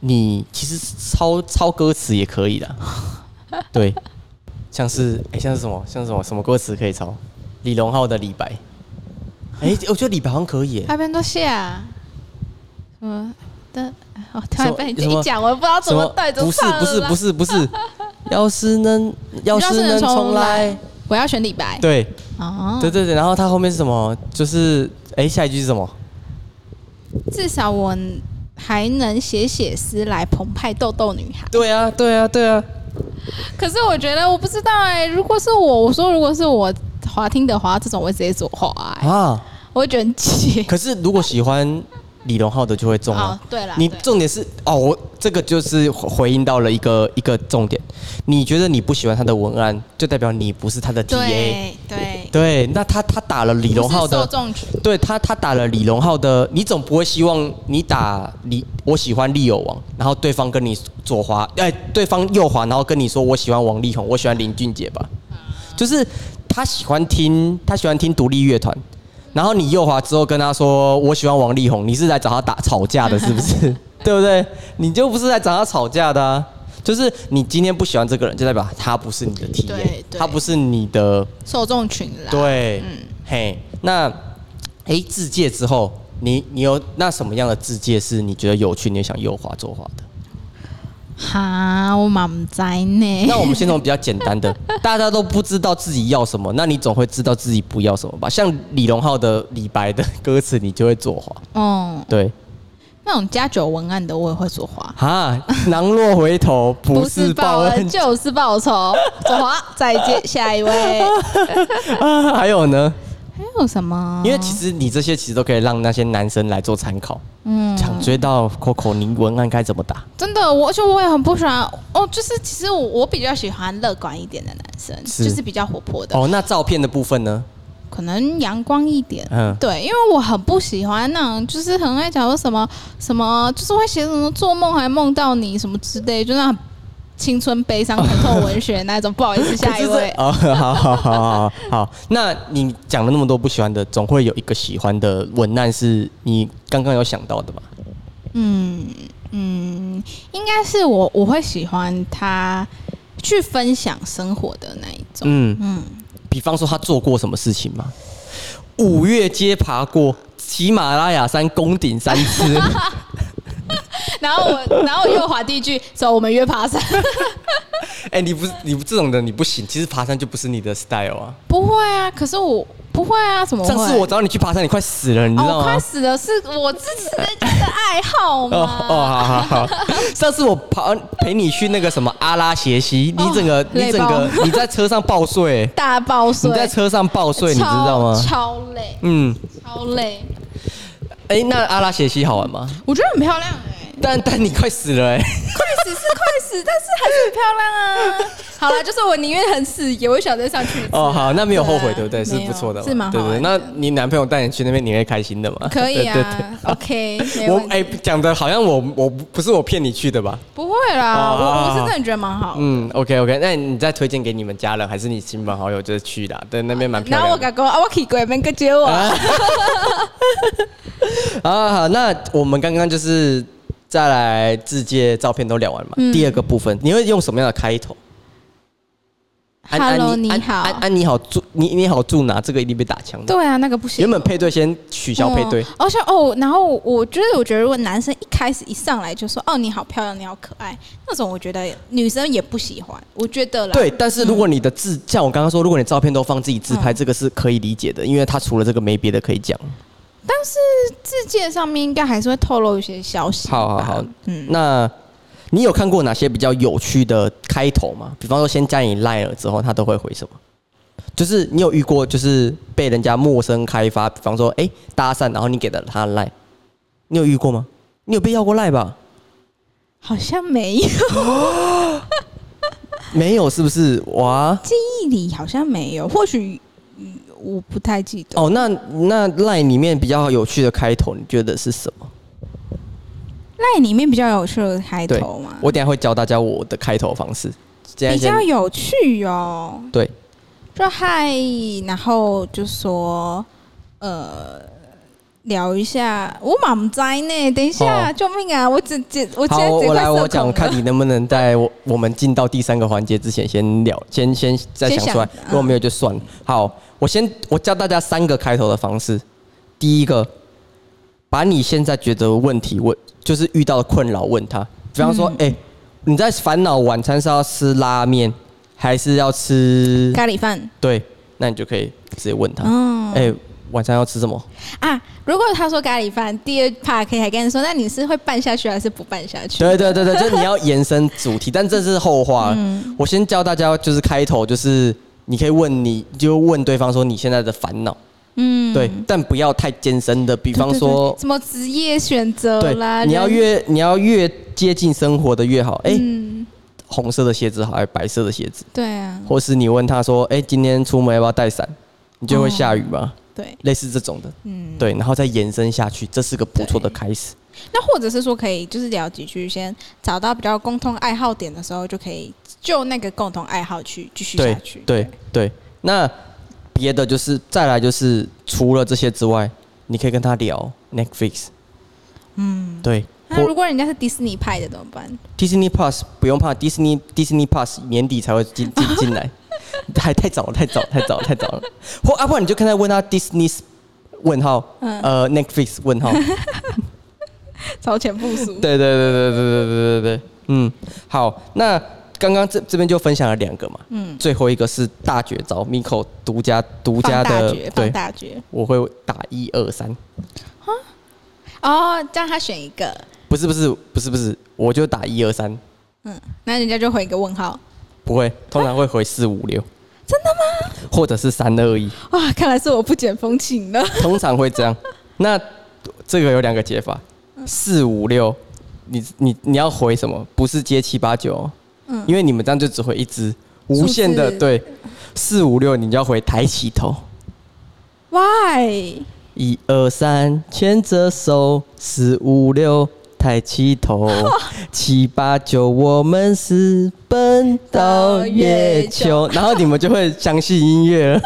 [SPEAKER 1] 你其实抄抄歌词也可以 的。对，像是哎、像是什么，像是什么什么歌词可以抄？李荣浩的《李白》哎、我觉得李白好像可以、耶
[SPEAKER 2] 那边都写啊，什么的，哦，突
[SPEAKER 1] 什
[SPEAKER 2] 然
[SPEAKER 1] 么
[SPEAKER 2] 被你
[SPEAKER 1] 什
[SPEAKER 2] 这
[SPEAKER 1] 么
[SPEAKER 2] 一讲，我也不知道怎么对，
[SPEAKER 1] 不是不是不
[SPEAKER 2] 是，
[SPEAKER 1] 是不 是，要是能要是能重来，
[SPEAKER 2] 我要选李白。
[SPEAKER 1] 对
[SPEAKER 2] 哦，
[SPEAKER 1] 对对对，然后它后面是什么？就是哎，下一句是什么？
[SPEAKER 2] 至少我还能写写诗来澎湃痘痘女孩。
[SPEAKER 1] 对啊对啊对啊，
[SPEAKER 2] 可是我觉得我不知道哎、如果是我，我说如果是我滑听的话，这种我会直接左滑、欸，
[SPEAKER 1] 啊！
[SPEAKER 2] 我会觉得很气。
[SPEAKER 1] 可是如果喜欢李荣浩的就会中啊
[SPEAKER 2] 哦。对啦
[SPEAKER 1] 你
[SPEAKER 2] 对
[SPEAKER 1] 重点是哦，我这个就是回回应到了一个一个重点。你觉得你不喜欢他的文案，就代表你不是他的 TA。
[SPEAKER 2] 对对，
[SPEAKER 1] 对，那他他打了李荣浩的
[SPEAKER 2] 不是受众群
[SPEAKER 1] 对他，他打了李荣浩的，你总不会希望你打李我喜欢利友王，然后对方跟你左滑，哎，对方右滑，然后跟你说我喜欢王力宏，我喜欢林俊杰吧，
[SPEAKER 2] 嗯
[SPEAKER 1] 就是他喜欢听他喜欢听独立乐团，然后你右滑之后跟他说我喜欢王力宏，你是来找他打吵架的，是不 是？对不对？你就不是来找他吵架的、啊，就是你今天不喜欢这个人，就代表他不是你的 T，
[SPEAKER 2] 对对
[SPEAKER 1] 他不是你的
[SPEAKER 2] 受众群啦。
[SPEAKER 1] 对，嘿，那诶，自介之后，你你有那什么样的自介是你觉得有趣，你也想右滑左滑的？
[SPEAKER 2] 哈，我嘛唔知呢。
[SPEAKER 1] 那我们先从比较简 单的，大家都不知道自己要什么，那你总会知道自己不要什么吧？像李荣浩的《李白》的歌词，你就会左滑。
[SPEAKER 2] 哦，
[SPEAKER 1] 对，
[SPEAKER 2] 那种加酒文案的，我也会说话。
[SPEAKER 1] 哈，囊若回头，不是报恩。
[SPEAKER 2] 就是报仇。左滑，再见，下 一位。
[SPEAKER 1] 啊还有呢，
[SPEAKER 2] 还有什么？
[SPEAKER 1] 因为其实你这些其实都可以让那些男生来做参考。
[SPEAKER 2] 嗯，
[SPEAKER 1] 想追到 Coco，你文案该怎么打？
[SPEAKER 2] 真的，我而且我也很不喜欢哦，就是其实我我比较喜欢乐观一点的男生，
[SPEAKER 1] 是
[SPEAKER 2] 就是比较活泼的，
[SPEAKER 1] 哦，那照片的部分呢？
[SPEAKER 2] 可能阳光一点。啊
[SPEAKER 1] 嗯，
[SPEAKER 2] 对，因为我很不喜欢那种，就是很爱讲说什么什么，就是会写什么做梦还梦到你什么之类，就那种青春悲伤疼痛文学那种。不好意思，下一
[SPEAKER 1] 可是
[SPEAKER 2] 位
[SPEAKER 1] 这。哦，好好好好好，那你讲了那么多不喜欢的，总会有一个喜欢的文案是你刚刚有想到的吧？
[SPEAKER 2] 嗯嗯，应该是我我会喜欢他去分享生活的那一种。
[SPEAKER 1] 嗯，
[SPEAKER 2] 嗯，
[SPEAKER 1] 比方说他做过什么事情吗？五岳皆爬过，喜马拉雅山攻顶三 次。
[SPEAKER 2] 然后我然后我又滑第一句，走，我们约爬 山。
[SPEAKER 1] 哎、你不是你这种人你不行，其实爬山就不是你的 style 啊。
[SPEAKER 2] 不会啊，可是我不会啊，怎么会？
[SPEAKER 1] 上次我找你去爬山，你快死了，你知
[SPEAKER 2] 哦，
[SPEAKER 1] 道
[SPEAKER 2] 我
[SPEAKER 1] 吗
[SPEAKER 2] 快？死了，是我自己的一个爱 好
[SPEAKER 1] 哦
[SPEAKER 2] 嘛。
[SPEAKER 1] 哦，好好好，上次我爬陪你去那个什么阿拉斜溪，你整个、
[SPEAKER 2] 哦
[SPEAKER 1] 你整个
[SPEAKER 2] 累爆
[SPEAKER 1] 你在车上爆睡，
[SPEAKER 2] 大爆睡，
[SPEAKER 1] 你在车上爆睡，你知道吗？
[SPEAKER 2] 超超累，
[SPEAKER 1] 嗯，
[SPEAKER 2] 超累，
[SPEAKER 1] 哎、那阿拉斜溪好玩吗？
[SPEAKER 2] 我觉得很漂亮哎、
[SPEAKER 1] 但但你快死了哎、
[SPEAKER 2] 快死是快死， 但是还是很漂亮 啊。好了，就是我宁愿很死，也会想再上去一次。
[SPEAKER 1] 哦，好，那没有后悔，对不
[SPEAKER 2] 对啊
[SPEAKER 1] 对？是
[SPEAKER 2] 没有
[SPEAKER 1] 不错的嘛，
[SPEAKER 2] 是蛮
[SPEAKER 1] 对
[SPEAKER 2] 好
[SPEAKER 1] 不对？
[SPEAKER 2] 玩
[SPEAKER 1] 那
[SPEAKER 2] 的
[SPEAKER 1] 你男朋友带你去那边，你会开心的吗？
[SPEAKER 2] 可以啊
[SPEAKER 1] 对对对
[SPEAKER 2] o k 没
[SPEAKER 1] 我
[SPEAKER 2] 问题。
[SPEAKER 1] 哎，讲的好像我我不是我骗你去的吧？
[SPEAKER 2] 不会啦，
[SPEAKER 1] 哦好好
[SPEAKER 2] 我我
[SPEAKER 1] 好
[SPEAKER 2] 是真的觉得蛮好。
[SPEAKER 1] 嗯，OK OK，那你再推荐给你们家人，还是你亲朋好友就是去啦？对，那边蛮漂
[SPEAKER 2] 然后我
[SPEAKER 1] 亮的。
[SPEAKER 2] 敢说啊，我去鬼门个接我，
[SPEAKER 1] 啊，好，那我们刚刚就是再来自介照片都聊完嘛。
[SPEAKER 2] 嗯
[SPEAKER 1] 第二个部分，你会用什么样的开头
[SPEAKER 2] Hello，
[SPEAKER 1] 安
[SPEAKER 2] 你好
[SPEAKER 1] 安安你好住你你好住哪？这个一定被打枪的。
[SPEAKER 2] 对啊，那个不行。
[SPEAKER 1] 原本配对先取消配对
[SPEAKER 2] 嗯，而且哦，然后我觉得，我觉得如果男生一开始一上来就说“哦，你好漂亮，你好可爱”，那种我觉得女生也不喜欢，我觉得啦。
[SPEAKER 1] 对，但是如果你的
[SPEAKER 2] 嗯
[SPEAKER 1] 自、像我刚刚说，如果你照片都放自己自拍，这个是可以理解的，因为他除了这个没别的可以讲。
[SPEAKER 2] 但是字界上面应该还是会透露一些消息。
[SPEAKER 1] 好好好，
[SPEAKER 2] 嗯，
[SPEAKER 1] 那你有看过哪些比较有趣的开头吗？比方说先加你 line 了之后，他都会回什么？就是你有遇过，就是被人家陌生开发，比方说哎、诶搭讪，然后你给了他 line，你有遇过吗？你有被要过 line 吧？
[SPEAKER 2] 好像没有，
[SPEAKER 1] 没有，是不是？哇，
[SPEAKER 2] 记忆里好像没有，或许嗯我不太记得。
[SPEAKER 1] 哦，那那 line 里面比较有趣的开头，你觉得是什么？
[SPEAKER 2] 那里面比较有趣的开
[SPEAKER 1] 对
[SPEAKER 2] 头嘛，
[SPEAKER 1] 我等一下会教大家我的开头方式。现在
[SPEAKER 2] 比
[SPEAKER 1] 先
[SPEAKER 2] 较有趣哦。
[SPEAKER 1] 对，
[SPEAKER 2] 就嗨，然后就说呃。聊一下，我满不在呢，等一下，
[SPEAKER 1] 好
[SPEAKER 2] 救命啊！我只只我
[SPEAKER 1] 哦好，
[SPEAKER 2] 今天
[SPEAKER 1] 我
[SPEAKER 2] 只
[SPEAKER 1] 我
[SPEAKER 2] 快
[SPEAKER 1] 来，我
[SPEAKER 2] 社
[SPEAKER 1] 讲，
[SPEAKER 2] 恐
[SPEAKER 1] 看
[SPEAKER 2] 了。
[SPEAKER 1] 你能不能在我我们进到第三个环节之前，先聊，先先再
[SPEAKER 2] 先
[SPEAKER 1] 想出来
[SPEAKER 2] 想，嗯
[SPEAKER 1] 如果没有就算了。好，我先我教大家三个开头的方式。第一个，把你现在觉得问题问，就是遇到的困扰问他，比方说，
[SPEAKER 2] 嗯
[SPEAKER 1] 哎、你在烦恼晚餐是要吃拉面还是要吃？
[SPEAKER 2] 咖喱饭，
[SPEAKER 1] 对，那你就可以直接问他，
[SPEAKER 2] 嗯
[SPEAKER 1] 哎、晚餐要吃什么？
[SPEAKER 2] 啊，如果他说咖喱饭，第二 part 可以还跟你说，那你是会拌下去还是不拌下去？
[SPEAKER 1] 对对对对，就是你要延伸主题，但这是后话。
[SPEAKER 2] 嗯
[SPEAKER 1] 我先教大家，就是开头，就是你可以问你，就问对方说你现在的烦恼，
[SPEAKER 2] 嗯，
[SPEAKER 1] 对，但不要太艰深的，比
[SPEAKER 2] 对，比
[SPEAKER 1] 方说，
[SPEAKER 2] 什么职业选择
[SPEAKER 1] 对
[SPEAKER 2] 啦，，
[SPEAKER 1] 你要
[SPEAKER 2] 人
[SPEAKER 1] 越你要越接近生活的越好。哎，
[SPEAKER 2] 嗯，
[SPEAKER 1] 红色的鞋子好，还是白色的鞋子？
[SPEAKER 2] 对啊，
[SPEAKER 1] 或是你问他说，哎，今天出门要不要带伞？你就会下雨吗？
[SPEAKER 2] 对，
[SPEAKER 1] 类似这种的，
[SPEAKER 2] 哦嗯，
[SPEAKER 1] 对，然后再延伸下去，这是个不错的
[SPEAKER 2] 对
[SPEAKER 1] 开始。
[SPEAKER 2] 那或者是说可以就是聊几句，先找到比较共同爱好点的时候，就可以就那个共同爱好去继续下
[SPEAKER 1] 对
[SPEAKER 2] 去。
[SPEAKER 1] 对对，那别的就是再来就是除了这些之外，你可以跟他聊 Netflix，嗯，对，
[SPEAKER 2] 那
[SPEAKER 1] 或
[SPEAKER 2] 如果人家是迪士尼派的怎么办？
[SPEAKER 1] Disney Plus 不用怕，Disney Disney Plus 年底才会进进进来， 还太早了，太早，太早，太早了。或啊，不然你就看他问他 Disney 问号，
[SPEAKER 2] 嗯
[SPEAKER 1] 呃 Netflix 问 号，
[SPEAKER 2] 超前部署。
[SPEAKER 1] 对对对对对对对对对，嗯，好，那刚刚这这边就分享了两个嘛，嗯，最后一个是大绝招，Miko 独家独家
[SPEAKER 2] 放大
[SPEAKER 1] 的
[SPEAKER 2] 绝，放
[SPEAKER 1] 对。
[SPEAKER 2] 大绝。
[SPEAKER 1] 我会打一二三。
[SPEAKER 2] 哦，这样他选一个，
[SPEAKER 1] 不是不是不是不是，我就打一二三，
[SPEAKER 2] 嗯，那人家就回一个问号。
[SPEAKER 1] 不会，通常会回四五六，
[SPEAKER 2] 啊真的吗？
[SPEAKER 1] 或者是三二一，
[SPEAKER 2] 哇，看来是我不解风情了。
[SPEAKER 1] 通常会这 样。那这个有两个解法，
[SPEAKER 2] 嗯
[SPEAKER 1] 四五六，你你你要回什么？不是接七八九哦，
[SPEAKER 2] 嗯
[SPEAKER 1] 因为你们这样就只回一只，无限的
[SPEAKER 2] 数字
[SPEAKER 1] 对，四五六你就要回抬起头。
[SPEAKER 2] Why？
[SPEAKER 1] 一二三，牵着手；四五六，抬起 头；七八九，我们是奔到月球。然后你们就会相信音 乐了。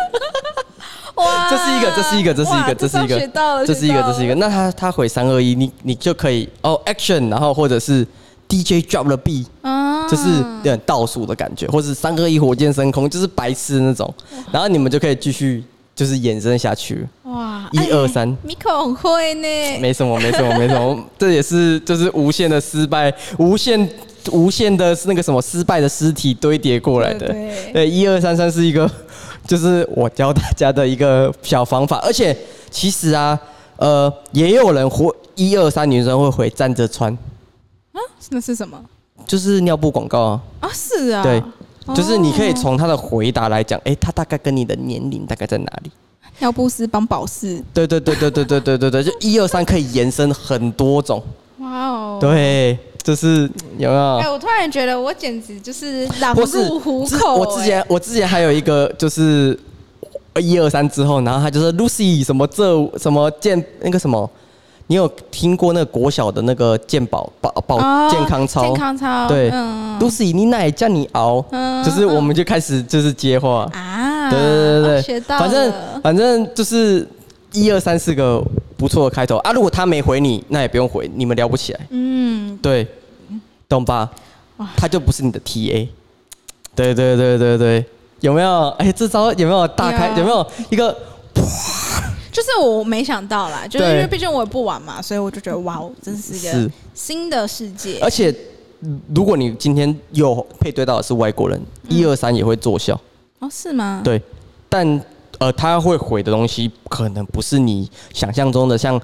[SPEAKER 2] 哇
[SPEAKER 1] 这是一个，这是一个，这是一
[SPEAKER 2] 啊哇
[SPEAKER 1] 个，这是一
[SPEAKER 2] 学到
[SPEAKER 1] 个，
[SPEAKER 2] 了，
[SPEAKER 1] 这是一个，
[SPEAKER 2] 学到
[SPEAKER 1] 这
[SPEAKER 2] 了
[SPEAKER 1] 是一个。。那他他回三二一，你你就可以哦，action，然后或者是 DJ drop the beat。
[SPEAKER 2] 啊
[SPEAKER 1] 就是有点倒数的感觉，或是三二一火箭升空，就是白痴的那种。然后你们就可以继续就是衍生下去。
[SPEAKER 2] 哇哎
[SPEAKER 1] 一二三
[SPEAKER 2] ，Miko 很会呢。
[SPEAKER 1] 没什么，没什么，没什么， 这也是就是无限的失败，无限无限的那个什么失败的尸体堆叠过来的
[SPEAKER 2] 对对。
[SPEAKER 1] 对，一二三三是一个，就是我教大家的一个小方法，而且其实啊，呃，也有人回一二三女生会回站着穿，
[SPEAKER 2] 啊，那是什么？
[SPEAKER 1] 就是尿布广告啊，
[SPEAKER 2] 啊，是啊，
[SPEAKER 1] 对。就是你可以
[SPEAKER 2] 哦
[SPEAKER 1] 从他的回答来讲，诶，他大概跟你的年龄大概在哪里？
[SPEAKER 2] 尿不湿帮保湿。
[SPEAKER 1] 对对对对对对对对对，就一二三可以延伸很多种。
[SPEAKER 2] 哇哦。。
[SPEAKER 1] 对，就是有没有
[SPEAKER 2] 哎、？我突然觉得我简直就是狼
[SPEAKER 1] 或是
[SPEAKER 2] 啊入虎
[SPEAKER 1] 之
[SPEAKER 2] 口、欸
[SPEAKER 1] 我之前我之前还有一个就是一二三之后，然后他就是 Lucy 什么这什么健那个什么，你有听过那个国小的那个健保保保、
[SPEAKER 2] 哦
[SPEAKER 1] 健康操？
[SPEAKER 2] 健康操
[SPEAKER 1] 对、
[SPEAKER 2] 嗯
[SPEAKER 1] l u c y 你奶叫你熬，
[SPEAKER 2] 嗯
[SPEAKER 1] 就是我们就开始就是接话，
[SPEAKER 2] 啊，
[SPEAKER 1] 对对对对，
[SPEAKER 2] 学到了，
[SPEAKER 1] 反正反正就是一二三四个不错的开头啊。如果他没回你，那也不用回，你们聊不起来。
[SPEAKER 2] 嗯，
[SPEAKER 1] 对，懂吧
[SPEAKER 2] 哇？
[SPEAKER 1] 他就不是你的 TA。对对对对对，有没有？哎、这招有没有大开？
[SPEAKER 2] 有啊
[SPEAKER 1] 有没有一个？
[SPEAKER 2] 就是我没想到啦，就是因
[SPEAKER 1] 对嗯
[SPEAKER 2] 为毕竟我也不玩嘛，所以我就觉得哇哦，真是一个
[SPEAKER 1] 是
[SPEAKER 2] 新的世界
[SPEAKER 1] 而且，嗯如果你今天又配对到的是外国人，
[SPEAKER 2] 嗯
[SPEAKER 1] 一二三也会作效。
[SPEAKER 2] 哦，是吗？
[SPEAKER 1] 对，但呃，他会回的东西可能不是你想象中的，像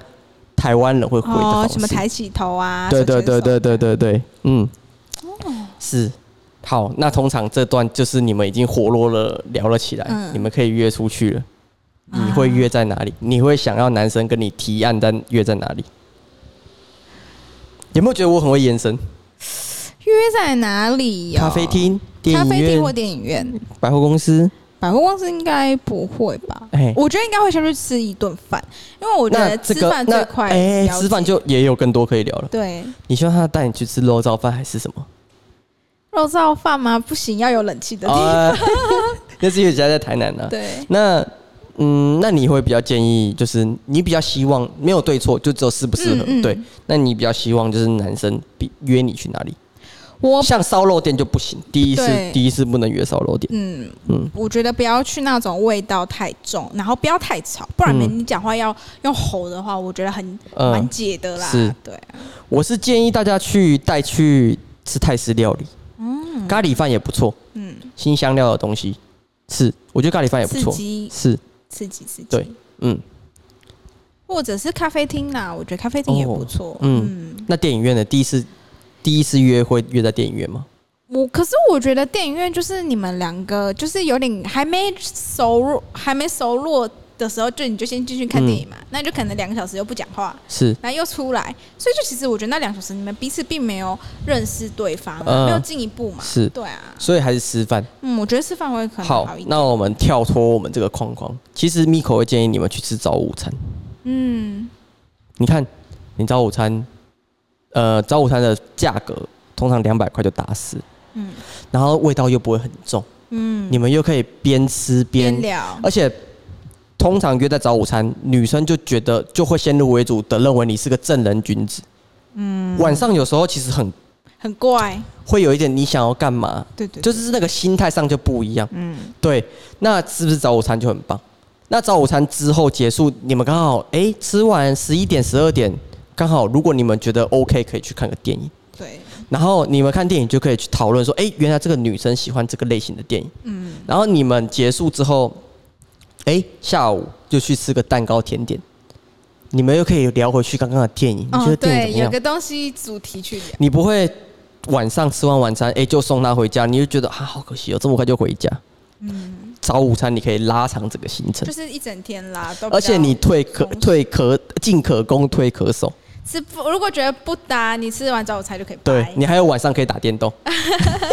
[SPEAKER 1] 台湾人会回的方
[SPEAKER 2] 哦
[SPEAKER 1] 式。，
[SPEAKER 2] 什么抬起头啊，
[SPEAKER 1] 对
[SPEAKER 2] 手
[SPEAKER 1] 对
[SPEAKER 2] 牵手哦
[SPEAKER 1] 对对对对对，嗯，是。好，那通常这段就是你们已经活络了，聊了起来，
[SPEAKER 2] 嗯啊
[SPEAKER 1] 你们可以约出去了。你会约在哪里？你会想要男生跟你提案，但约在哪里？有没有觉得我很会延伸？
[SPEAKER 2] 约在哪里、哦？
[SPEAKER 1] 咖啡、厅、电
[SPEAKER 2] 咖
[SPEAKER 1] 影
[SPEAKER 2] 啡厅或
[SPEAKER 1] 院、
[SPEAKER 2] 电影院，
[SPEAKER 1] 百货公司？
[SPEAKER 2] 百货公司应该不会吧？
[SPEAKER 1] 哎
[SPEAKER 2] 我觉得应该会先去吃一顿饭，因为我觉
[SPEAKER 1] 那
[SPEAKER 2] 得
[SPEAKER 1] 这
[SPEAKER 2] 吃
[SPEAKER 1] 个
[SPEAKER 2] 饭
[SPEAKER 1] 那
[SPEAKER 2] 最快
[SPEAKER 1] 哎，
[SPEAKER 2] 了解
[SPEAKER 1] 吃饭就也有更多可以聊了。
[SPEAKER 2] 对
[SPEAKER 1] 你希望他带你去吃肉燥饭还是什么？
[SPEAKER 2] 肉燥饭吗？不行，要有冷气的地方。
[SPEAKER 1] 啊， 那是因为人家在台南呢、啊
[SPEAKER 2] 对，
[SPEAKER 1] 那嗯，那你会比较建议，就是你比较希望没有对错，就只有适不适合。
[SPEAKER 2] 嗯嗯
[SPEAKER 1] 对，那你比较希望就是男生比约你去哪里？
[SPEAKER 2] 我
[SPEAKER 1] 像烧肉店就不行，第一次
[SPEAKER 2] 对
[SPEAKER 1] 第一次不能约烧肉店。
[SPEAKER 2] 嗯
[SPEAKER 1] 嗯
[SPEAKER 2] 我觉得不要去那种味道太重，然后不要太吵，不然你
[SPEAKER 1] 嗯
[SPEAKER 2] 你讲话要用吼的话，我觉得很
[SPEAKER 1] 嗯
[SPEAKER 2] 蛮解的啦。
[SPEAKER 1] 是
[SPEAKER 2] 对啊，
[SPEAKER 1] 我是建议大家去带去吃泰式料理，咖喱饭也不错，
[SPEAKER 2] 嗯，
[SPEAKER 1] 新香料的东西是，我觉得咖喱饭哎也不
[SPEAKER 2] 刺
[SPEAKER 1] 错，
[SPEAKER 2] 激
[SPEAKER 1] 是，
[SPEAKER 2] 刺激刺激。
[SPEAKER 1] 对，嗯
[SPEAKER 2] 或者是咖啡厅啦，我觉得咖啡厅也不错。
[SPEAKER 1] 哦嗯
[SPEAKER 2] 嗯，
[SPEAKER 1] 那电影院的第一次第一次约会约在电影院吗？
[SPEAKER 2] 我可是我觉得电影院就是你们两个就是有点还没熟入，还没熟络的时候，就你就先进去看电影
[SPEAKER 1] 嗯
[SPEAKER 2] 嘛，那就可能两个小时又不讲话。
[SPEAKER 1] 是，
[SPEAKER 2] 然后又出来，所以就其实我觉得那两小时你们彼此并没有认识对方啊，
[SPEAKER 1] 嗯
[SPEAKER 2] 没有进一步嘛。
[SPEAKER 1] 是
[SPEAKER 2] 对啊，
[SPEAKER 1] 所以还是吃饭。
[SPEAKER 2] 嗯，我觉得吃饭会可能
[SPEAKER 1] 好
[SPEAKER 2] 一，点。
[SPEAKER 1] 那我们跳脱我们这个框框。其实 Miko 会建议你们去吃早午餐。
[SPEAKER 2] 嗯，
[SPEAKER 1] 你看，你早午餐，呃，早午餐的价格通常两百块就打死，
[SPEAKER 2] 嗯
[SPEAKER 1] 嗯，然后味道又不会很重，嗯，你们又可以边吃边
[SPEAKER 2] 边，聊，
[SPEAKER 1] 而且通常约在早午餐，女生就觉得就会先入为主的认为你是个正人君子，嗯，晚上有时候其实很
[SPEAKER 2] 很怪，
[SPEAKER 1] 会有一点你想要干嘛，
[SPEAKER 2] 对对，
[SPEAKER 1] 就
[SPEAKER 2] 对
[SPEAKER 1] 是那个心态上就不一样。
[SPEAKER 2] 嗯，
[SPEAKER 1] 对，那是不是早午餐就很棒？那早午餐之后结束，你们刚好哎、诶吃完十一点十二点，刚好如果你们觉得 OK，可以去看个电影。
[SPEAKER 2] 对，
[SPEAKER 1] 然后你们看电影就可以去讨论说，哎、原来这个女生喜欢这个类型的电影。
[SPEAKER 2] 嗯，
[SPEAKER 1] 然后你们结束之后，哎、下午就去吃个蛋糕甜点，你们又可以聊回去刚刚的电影，你
[SPEAKER 3] 哦
[SPEAKER 1] 觉得，电
[SPEAKER 3] 对，
[SPEAKER 1] 影怎么
[SPEAKER 3] 有
[SPEAKER 1] 样？
[SPEAKER 3] 个东西主题去聊，
[SPEAKER 1] 你不会晚上吃完晚餐，哎、就送他回家，你就觉得啊，好可惜哦，这么快就回家。嗯，早午餐你可以拉长整个行程
[SPEAKER 3] 就，是一整天啦，都比较
[SPEAKER 1] 而且你退可
[SPEAKER 3] 松
[SPEAKER 1] 退可进可攻，退可守。
[SPEAKER 3] 吃不，如果觉得不搭，你吃完早餐就可以
[SPEAKER 1] 对
[SPEAKER 3] 掰
[SPEAKER 1] 你还有晚上可以打电动，
[SPEAKER 3] 哎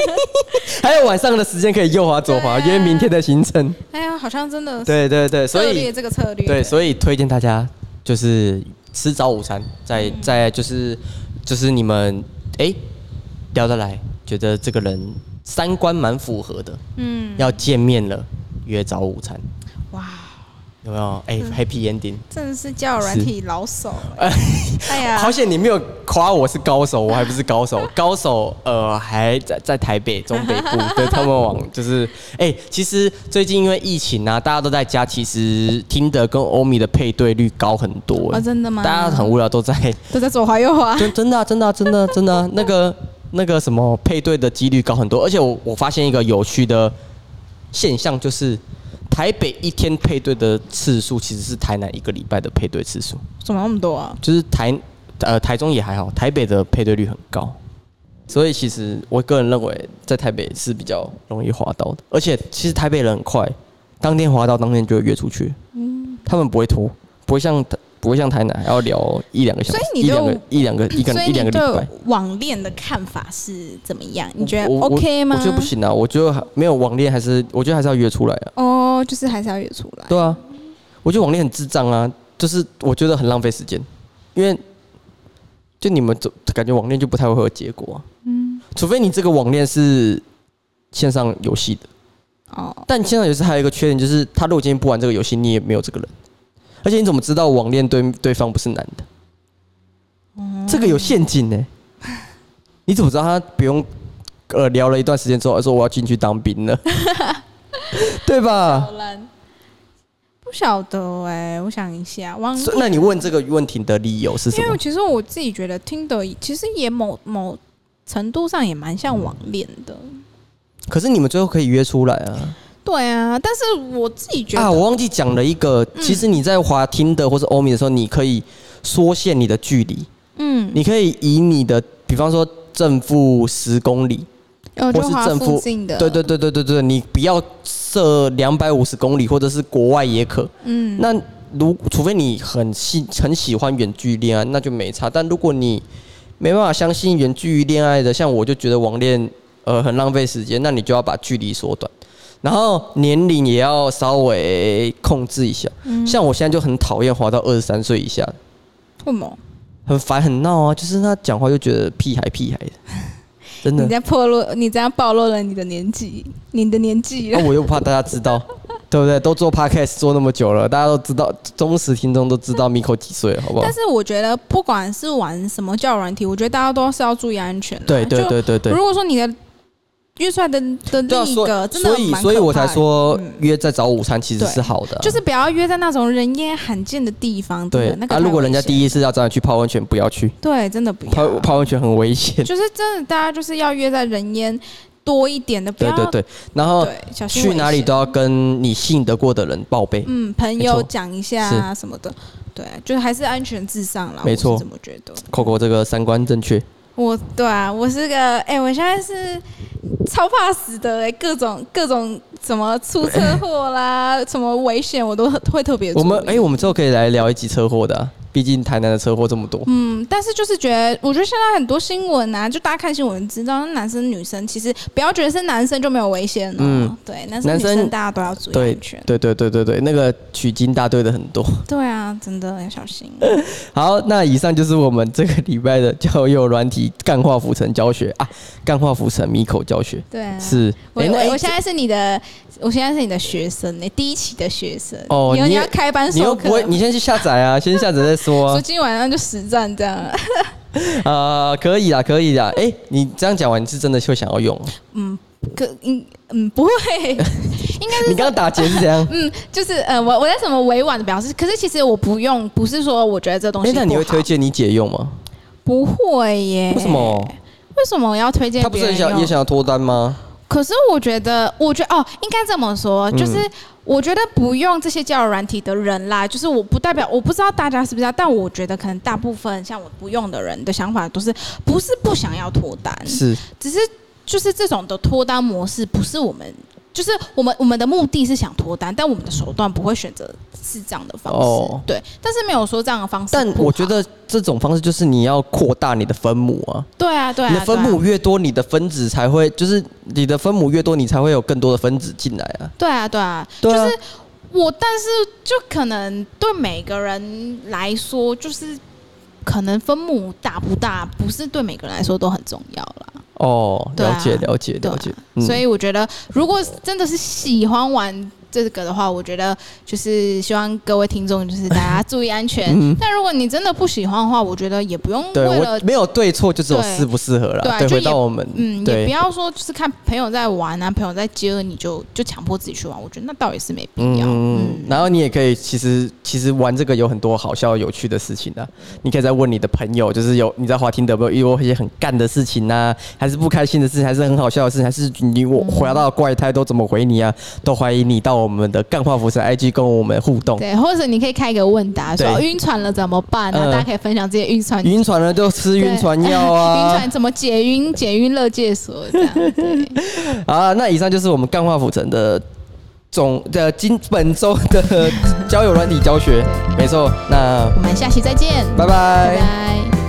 [SPEAKER 1] 还有晚上的时间可以右滑左滑，
[SPEAKER 3] 对啊
[SPEAKER 1] 约明天的行程。
[SPEAKER 3] 哎呀，好像真的
[SPEAKER 1] 对对对，所
[SPEAKER 3] 策
[SPEAKER 1] 以
[SPEAKER 3] 略这个策略，
[SPEAKER 1] 对，所以推荐大家就是吃早午餐，再再就是就是你们哎、聊得来，觉得这个人三观蛮符合的，嗯，要见面了约早午餐，
[SPEAKER 3] 哇，
[SPEAKER 1] 有没有？哎、h a p p y ending。
[SPEAKER 3] 真的是叫软体老手，
[SPEAKER 2] 欸
[SPEAKER 1] 呃，
[SPEAKER 3] 哎呀，
[SPEAKER 1] 好险你没有夸我是高手，我还不是高 手。高手呃还在在台北中北部 对他们网就是哎、其实最近因为疫情啊，大家都在家，其实听的跟欧米的配对率高很多、
[SPEAKER 2] 哦真的吗
[SPEAKER 1] 大家很无聊都在。
[SPEAKER 2] 都在左滑右滑
[SPEAKER 1] 真真的、啊、真的、啊、真的啊、真的啊、那个那个什么配对的几率高很多，而且我我发现一个有趣的现象，就是台北一天配对的次数其实是台南一个礼拜的配对次数，
[SPEAKER 2] 怎么那么多啊？
[SPEAKER 1] 就是台呃台中也还好，台北的配对率很高，所以其实我个人认为在台北是比较容易滑到的，而且其实台北人很快，当天滑到当天就会约出去，
[SPEAKER 2] 嗯
[SPEAKER 1] 他们不会拖，不会像不会像台南还要聊一两个小时，
[SPEAKER 2] 所以你
[SPEAKER 1] 一两
[SPEAKER 2] 就
[SPEAKER 1] 个一两个一
[SPEAKER 2] 所
[SPEAKER 1] 个
[SPEAKER 2] 以
[SPEAKER 1] 一两
[SPEAKER 2] 你
[SPEAKER 1] 个礼拜
[SPEAKER 2] 对。网恋的看法是怎么样？你
[SPEAKER 1] 我
[SPEAKER 2] 觉得
[SPEAKER 1] 我
[SPEAKER 2] OK 吗？
[SPEAKER 1] 我觉得不行啊，我觉得还没有网恋还是我觉得还是要约出来啊。
[SPEAKER 2] 哦，就是还是要约出来。
[SPEAKER 1] 对啊，我觉得网恋很智障啊，就是我觉得很浪费时间，因为就你们总感觉网恋就不太会有结果啊。嗯，除非你这个网恋是线上游戏的，
[SPEAKER 2] 哦，
[SPEAKER 1] 但线上游戏还有一个缺点就是，他如果今天不玩这个游戏，你也没有这个人，而且你怎么知道网恋对对方不是男的？这个有陷阱呢、你怎么知道他不用呃聊了一段时间之后，说我要进去当兵了，对吧？
[SPEAKER 3] 好烂，
[SPEAKER 2] 不晓得哎、我想一下，网
[SPEAKER 1] 所以那你问这个问题的理由是什
[SPEAKER 2] 嗯因为
[SPEAKER 1] 么？
[SPEAKER 2] 其实我自己觉得听的其实也某某程度上也蛮像网恋的。
[SPEAKER 1] 嗯可是你们最后可以约出来啊！
[SPEAKER 2] 对啊，但是我自己觉得，嗯
[SPEAKER 1] 啊，我忘记讲了一个，其实你在滑听的或是欧米的时候，你可以缩限你的距离，
[SPEAKER 2] 嗯，
[SPEAKER 1] 你可以以你的，比方说正负十公里，
[SPEAKER 2] 我
[SPEAKER 1] 或是政府
[SPEAKER 2] 哦附近的，
[SPEAKER 1] 对对对对对对，你不要设两百五十公里，或者是国外也可。
[SPEAKER 2] 嗯，
[SPEAKER 1] 那如除非你很喜很喜欢远距恋爱，那就没差。但如果你没办法相信远距恋爱的，像我就觉得网恋呃很浪费时间，那你就要把距离缩短，然后年龄也要稍微控制一下。
[SPEAKER 2] 嗯
[SPEAKER 1] 像我现在就很讨厌滑到二十三岁以下的，
[SPEAKER 2] 为什么？
[SPEAKER 1] 很烦很闹啊，就是他讲话就觉得屁孩屁孩的，真的
[SPEAKER 2] 你。在暴露，你这样暴露了你的年纪，你的年纪
[SPEAKER 1] 那、
[SPEAKER 2] 了。
[SPEAKER 1] 啊我又不怕大家知 道，对不对？都做 podcast 做那么久了，大家都知道，忠实听众都知道 Miko 几岁了，好不好
[SPEAKER 2] 但？是我觉得，不管是玩什么交友软体，我觉得大家都是要注意安全啊、
[SPEAKER 1] 对对
[SPEAKER 2] 就
[SPEAKER 1] 对对对
[SPEAKER 2] 如。果说你的约出来的的
[SPEAKER 1] 对啊
[SPEAKER 2] 另一
[SPEAKER 1] 所以
[SPEAKER 2] 个，真的
[SPEAKER 1] 所以
[SPEAKER 2] 蛮
[SPEAKER 1] 所以
[SPEAKER 2] 可
[SPEAKER 1] 我才
[SPEAKER 2] 怕的嗯
[SPEAKER 1] 说约在早午餐其实
[SPEAKER 2] 对
[SPEAKER 1] 是好的啊、
[SPEAKER 2] 就是不要约在那种人烟罕见的地方。真的
[SPEAKER 1] 对。
[SPEAKER 2] 那个
[SPEAKER 1] 啊，
[SPEAKER 2] 太
[SPEAKER 1] 如果人家
[SPEAKER 2] 危险
[SPEAKER 1] 第一次要找你去泡温泉，不要去，
[SPEAKER 2] 对，真的不
[SPEAKER 1] 泡
[SPEAKER 2] 要，
[SPEAKER 1] 泡温泉很危险。
[SPEAKER 2] 就是真的，大家就是要约在人烟多一点的，不
[SPEAKER 1] 对
[SPEAKER 2] 要
[SPEAKER 1] 对对，然后
[SPEAKER 2] 啊对小心
[SPEAKER 1] 去
[SPEAKER 2] 危
[SPEAKER 1] 哪里
[SPEAKER 2] 险
[SPEAKER 1] 都要跟你信得过的人报备。
[SPEAKER 2] 嗯，朋
[SPEAKER 1] 没
[SPEAKER 2] 友
[SPEAKER 1] 错
[SPEAKER 2] 讲一下啊什么的，对，就是还是安全至上啦。
[SPEAKER 1] 没错
[SPEAKER 2] 我是这么觉得。
[SPEAKER 1] 扣扣这个三观正确，
[SPEAKER 2] 我对啊，我是个哎、我现在是超怕死的哎、各种各种什么出车 祸啦，什么危险我都会特别注意。
[SPEAKER 1] 我们哎、我们之后可以来聊一集车祸的啊、毕竟台南的车祸这么多。
[SPEAKER 2] 嗯，但是就是觉得，我觉得现在很多新闻啊，就大家看新闻知道，男生女生其实不要觉得是男生就没有危险了、哦
[SPEAKER 1] 嗯
[SPEAKER 2] 对，男生女
[SPEAKER 1] 男生
[SPEAKER 2] 生大家都要注意
[SPEAKER 1] 对
[SPEAKER 2] 安全。
[SPEAKER 1] 对对对对对，那个取经大队的很多。
[SPEAKER 2] 对啊，真的要小 心。
[SPEAKER 1] 好，那以上就是我们这个礼拜的交友软体干化浮尘教学啊，干化浮尘 Miko 教学
[SPEAKER 2] 对 啊，
[SPEAKER 1] 是。
[SPEAKER 2] 我、
[SPEAKER 1] 诶哎那
[SPEAKER 2] 我
[SPEAKER 1] 诶
[SPEAKER 2] 我现在是你的，我现在是你的学生呢、第一期的学生。
[SPEAKER 1] 哦
[SPEAKER 2] 你又
[SPEAKER 1] 你
[SPEAKER 2] 你
[SPEAKER 1] 也
[SPEAKER 2] 要开班
[SPEAKER 1] 你
[SPEAKER 2] 授
[SPEAKER 1] 又不
[SPEAKER 2] 课
[SPEAKER 1] 会，，你先去下载 啊，先下载再说
[SPEAKER 2] 说
[SPEAKER 1] 啊。
[SPEAKER 2] 今晚上就实战这样。
[SPEAKER 1] 啊，可以啦，可以啦。哎、你这样讲完，你是真的会想要用哦？
[SPEAKER 2] 可嗯嗯，不会， 应该
[SPEAKER 1] 你
[SPEAKER 2] 是
[SPEAKER 1] 刚刚打结是怎样？
[SPEAKER 2] 嗯，就是呃，我我在什么委婉的表示，可是其实我不用，不是说我觉得这东
[SPEAKER 1] 哎、
[SPEAKER 2] 西不好。
[SPEAKER 1] 那你会推荐你姐用吗？
[SPEAKER 2] 不会耶？
[SPEAKER 1] 为什么？
[SPEAKER 2] 为什么我要推荐
[SPEAKER 1] 她不
[SPEAKER 2] 别
[SPEAKER 1] 是
[SPEAKER 2] 人
[SPEAKER 1] 很
[SPEAKER 2] 用？
[SPEAKER 1] 想也想要脱单吗？
[SPEAKER 2] 可是我觉得，我觉得哦，应该这么说，就是
[SPEAKER 1] 嗯
[SPEAKER 2] 我觉得不用这些交友软体的人啦，就是我不代表我不知道大家是不是这样，但我觉得可能大部分像我不用的人的想法都是不是不想要脱单，
[SPEAKER 1] 是
[SPEAKER 2] 只是就是这种的脱单模式不是我们。就是我们我们的目的是想脱单，但我们的手段不会选择是这样的方式，
[SPEAKER 1] 哦
[SPEAKER 2] 对。但是没有说这样的方式不好，
[SPEAKER 1] 但我觉得这种方式就是你要扩大你的分母啊，
[SPEAKER 2] 对啊，对啊，
[SPEAKER 1] 你的分
[SPEAKER 2] 对啊
[SPEAKER 1] 母越多，你的分子才会，就是你的分母越多，你才会有更多的分子进来啊。
[SPEAKER 2] 对啊，对啊，
[SPEAKER 1] 对啊
[SPEAKER 2] 就是我，但是就可能对每个人来说，就是可能分母大不大，不是对每个人来说都很重要啦。
[SPEAKER 1] 哦，
[SPEAKER 2] 对啊
[SPEAKER 1] 了解，了解，
[SPEAKER 2] 对啊、
[SPEAKER 1] 了解。
[SPEAKER 2] 所以我觉得，如果真的是喜欢玩这个的话，我觉得就是希望各位听众就是大家注意安全。但如果你真的不喜欢的话，我觉得也不用
[SPEAKER 1] 嗯对
[SPEAKER 2] 为
[SPEAKER 1] 我
[SPEAKER 2] 了。
[SPEAKER 1] 没有对错，就只有
[SPEAKER 2] 对
[SPEAKER 1] 适不适合
[SPEAKER 2] 对
[SPEAKER 1] 啦。
[SPEAKER 2] 啊
[SPEAKER 1] 对，
[SPEAKER 2] 就
[SPEAKER 1] 回
[SPEAKER 2] 也
[SPEAKER 1] 到我们，
[SPEAKER 2] 嗯，也
[SPEAKER 1] 对
[SPEAKER 2] 不，要说就是看朋友在玩啊，朋友在接了你就就强迫自己去玩，我觉得那倒也是没必要。
[SPEAKER 1] 嗯，
[SPEAKER 2] 嗯
[SPEAKER 1] 然后你也可以，其实其实玩这个有很多好笑有趣的事情啊。你可以再问你的朋友，就是有你在滑听的有没有遇过一些很干的事情啊，还是不开心的事情，还是很好笑的事情，还是你我回到怪胎都怎么回你啊？
[SPEAKER 2] 嗯
[SPEAKER 1] 都欢迎你到我们的干化服神 IG 跟我们互动。
[SPEAKER 2] 对，或者你可以开一个问答，说
[SPEAKER 1] 对
[SPEAKER 2] 哦晕船了怎么办啊？
[SPEAKER 1] 嗯
[SPEAKER 2] 大家可以分享自己的晕船
[SPEAKER 1] 晕船了就吃
[SPEAKER 2] 对
[SPEAKER 1] 晕船药啊
[SPEAKER 2] 晕！船怎么解晕、解晕乐界所这样。对
[SPEAKER 1] 啊，那以上就是我们干化府城的总的今本周的交友软体教学，没错。那
[SPEAKER 2] 我们下期再见，
[SPEAKER 1] 拜拜
[SPEAKER 2] 拜拜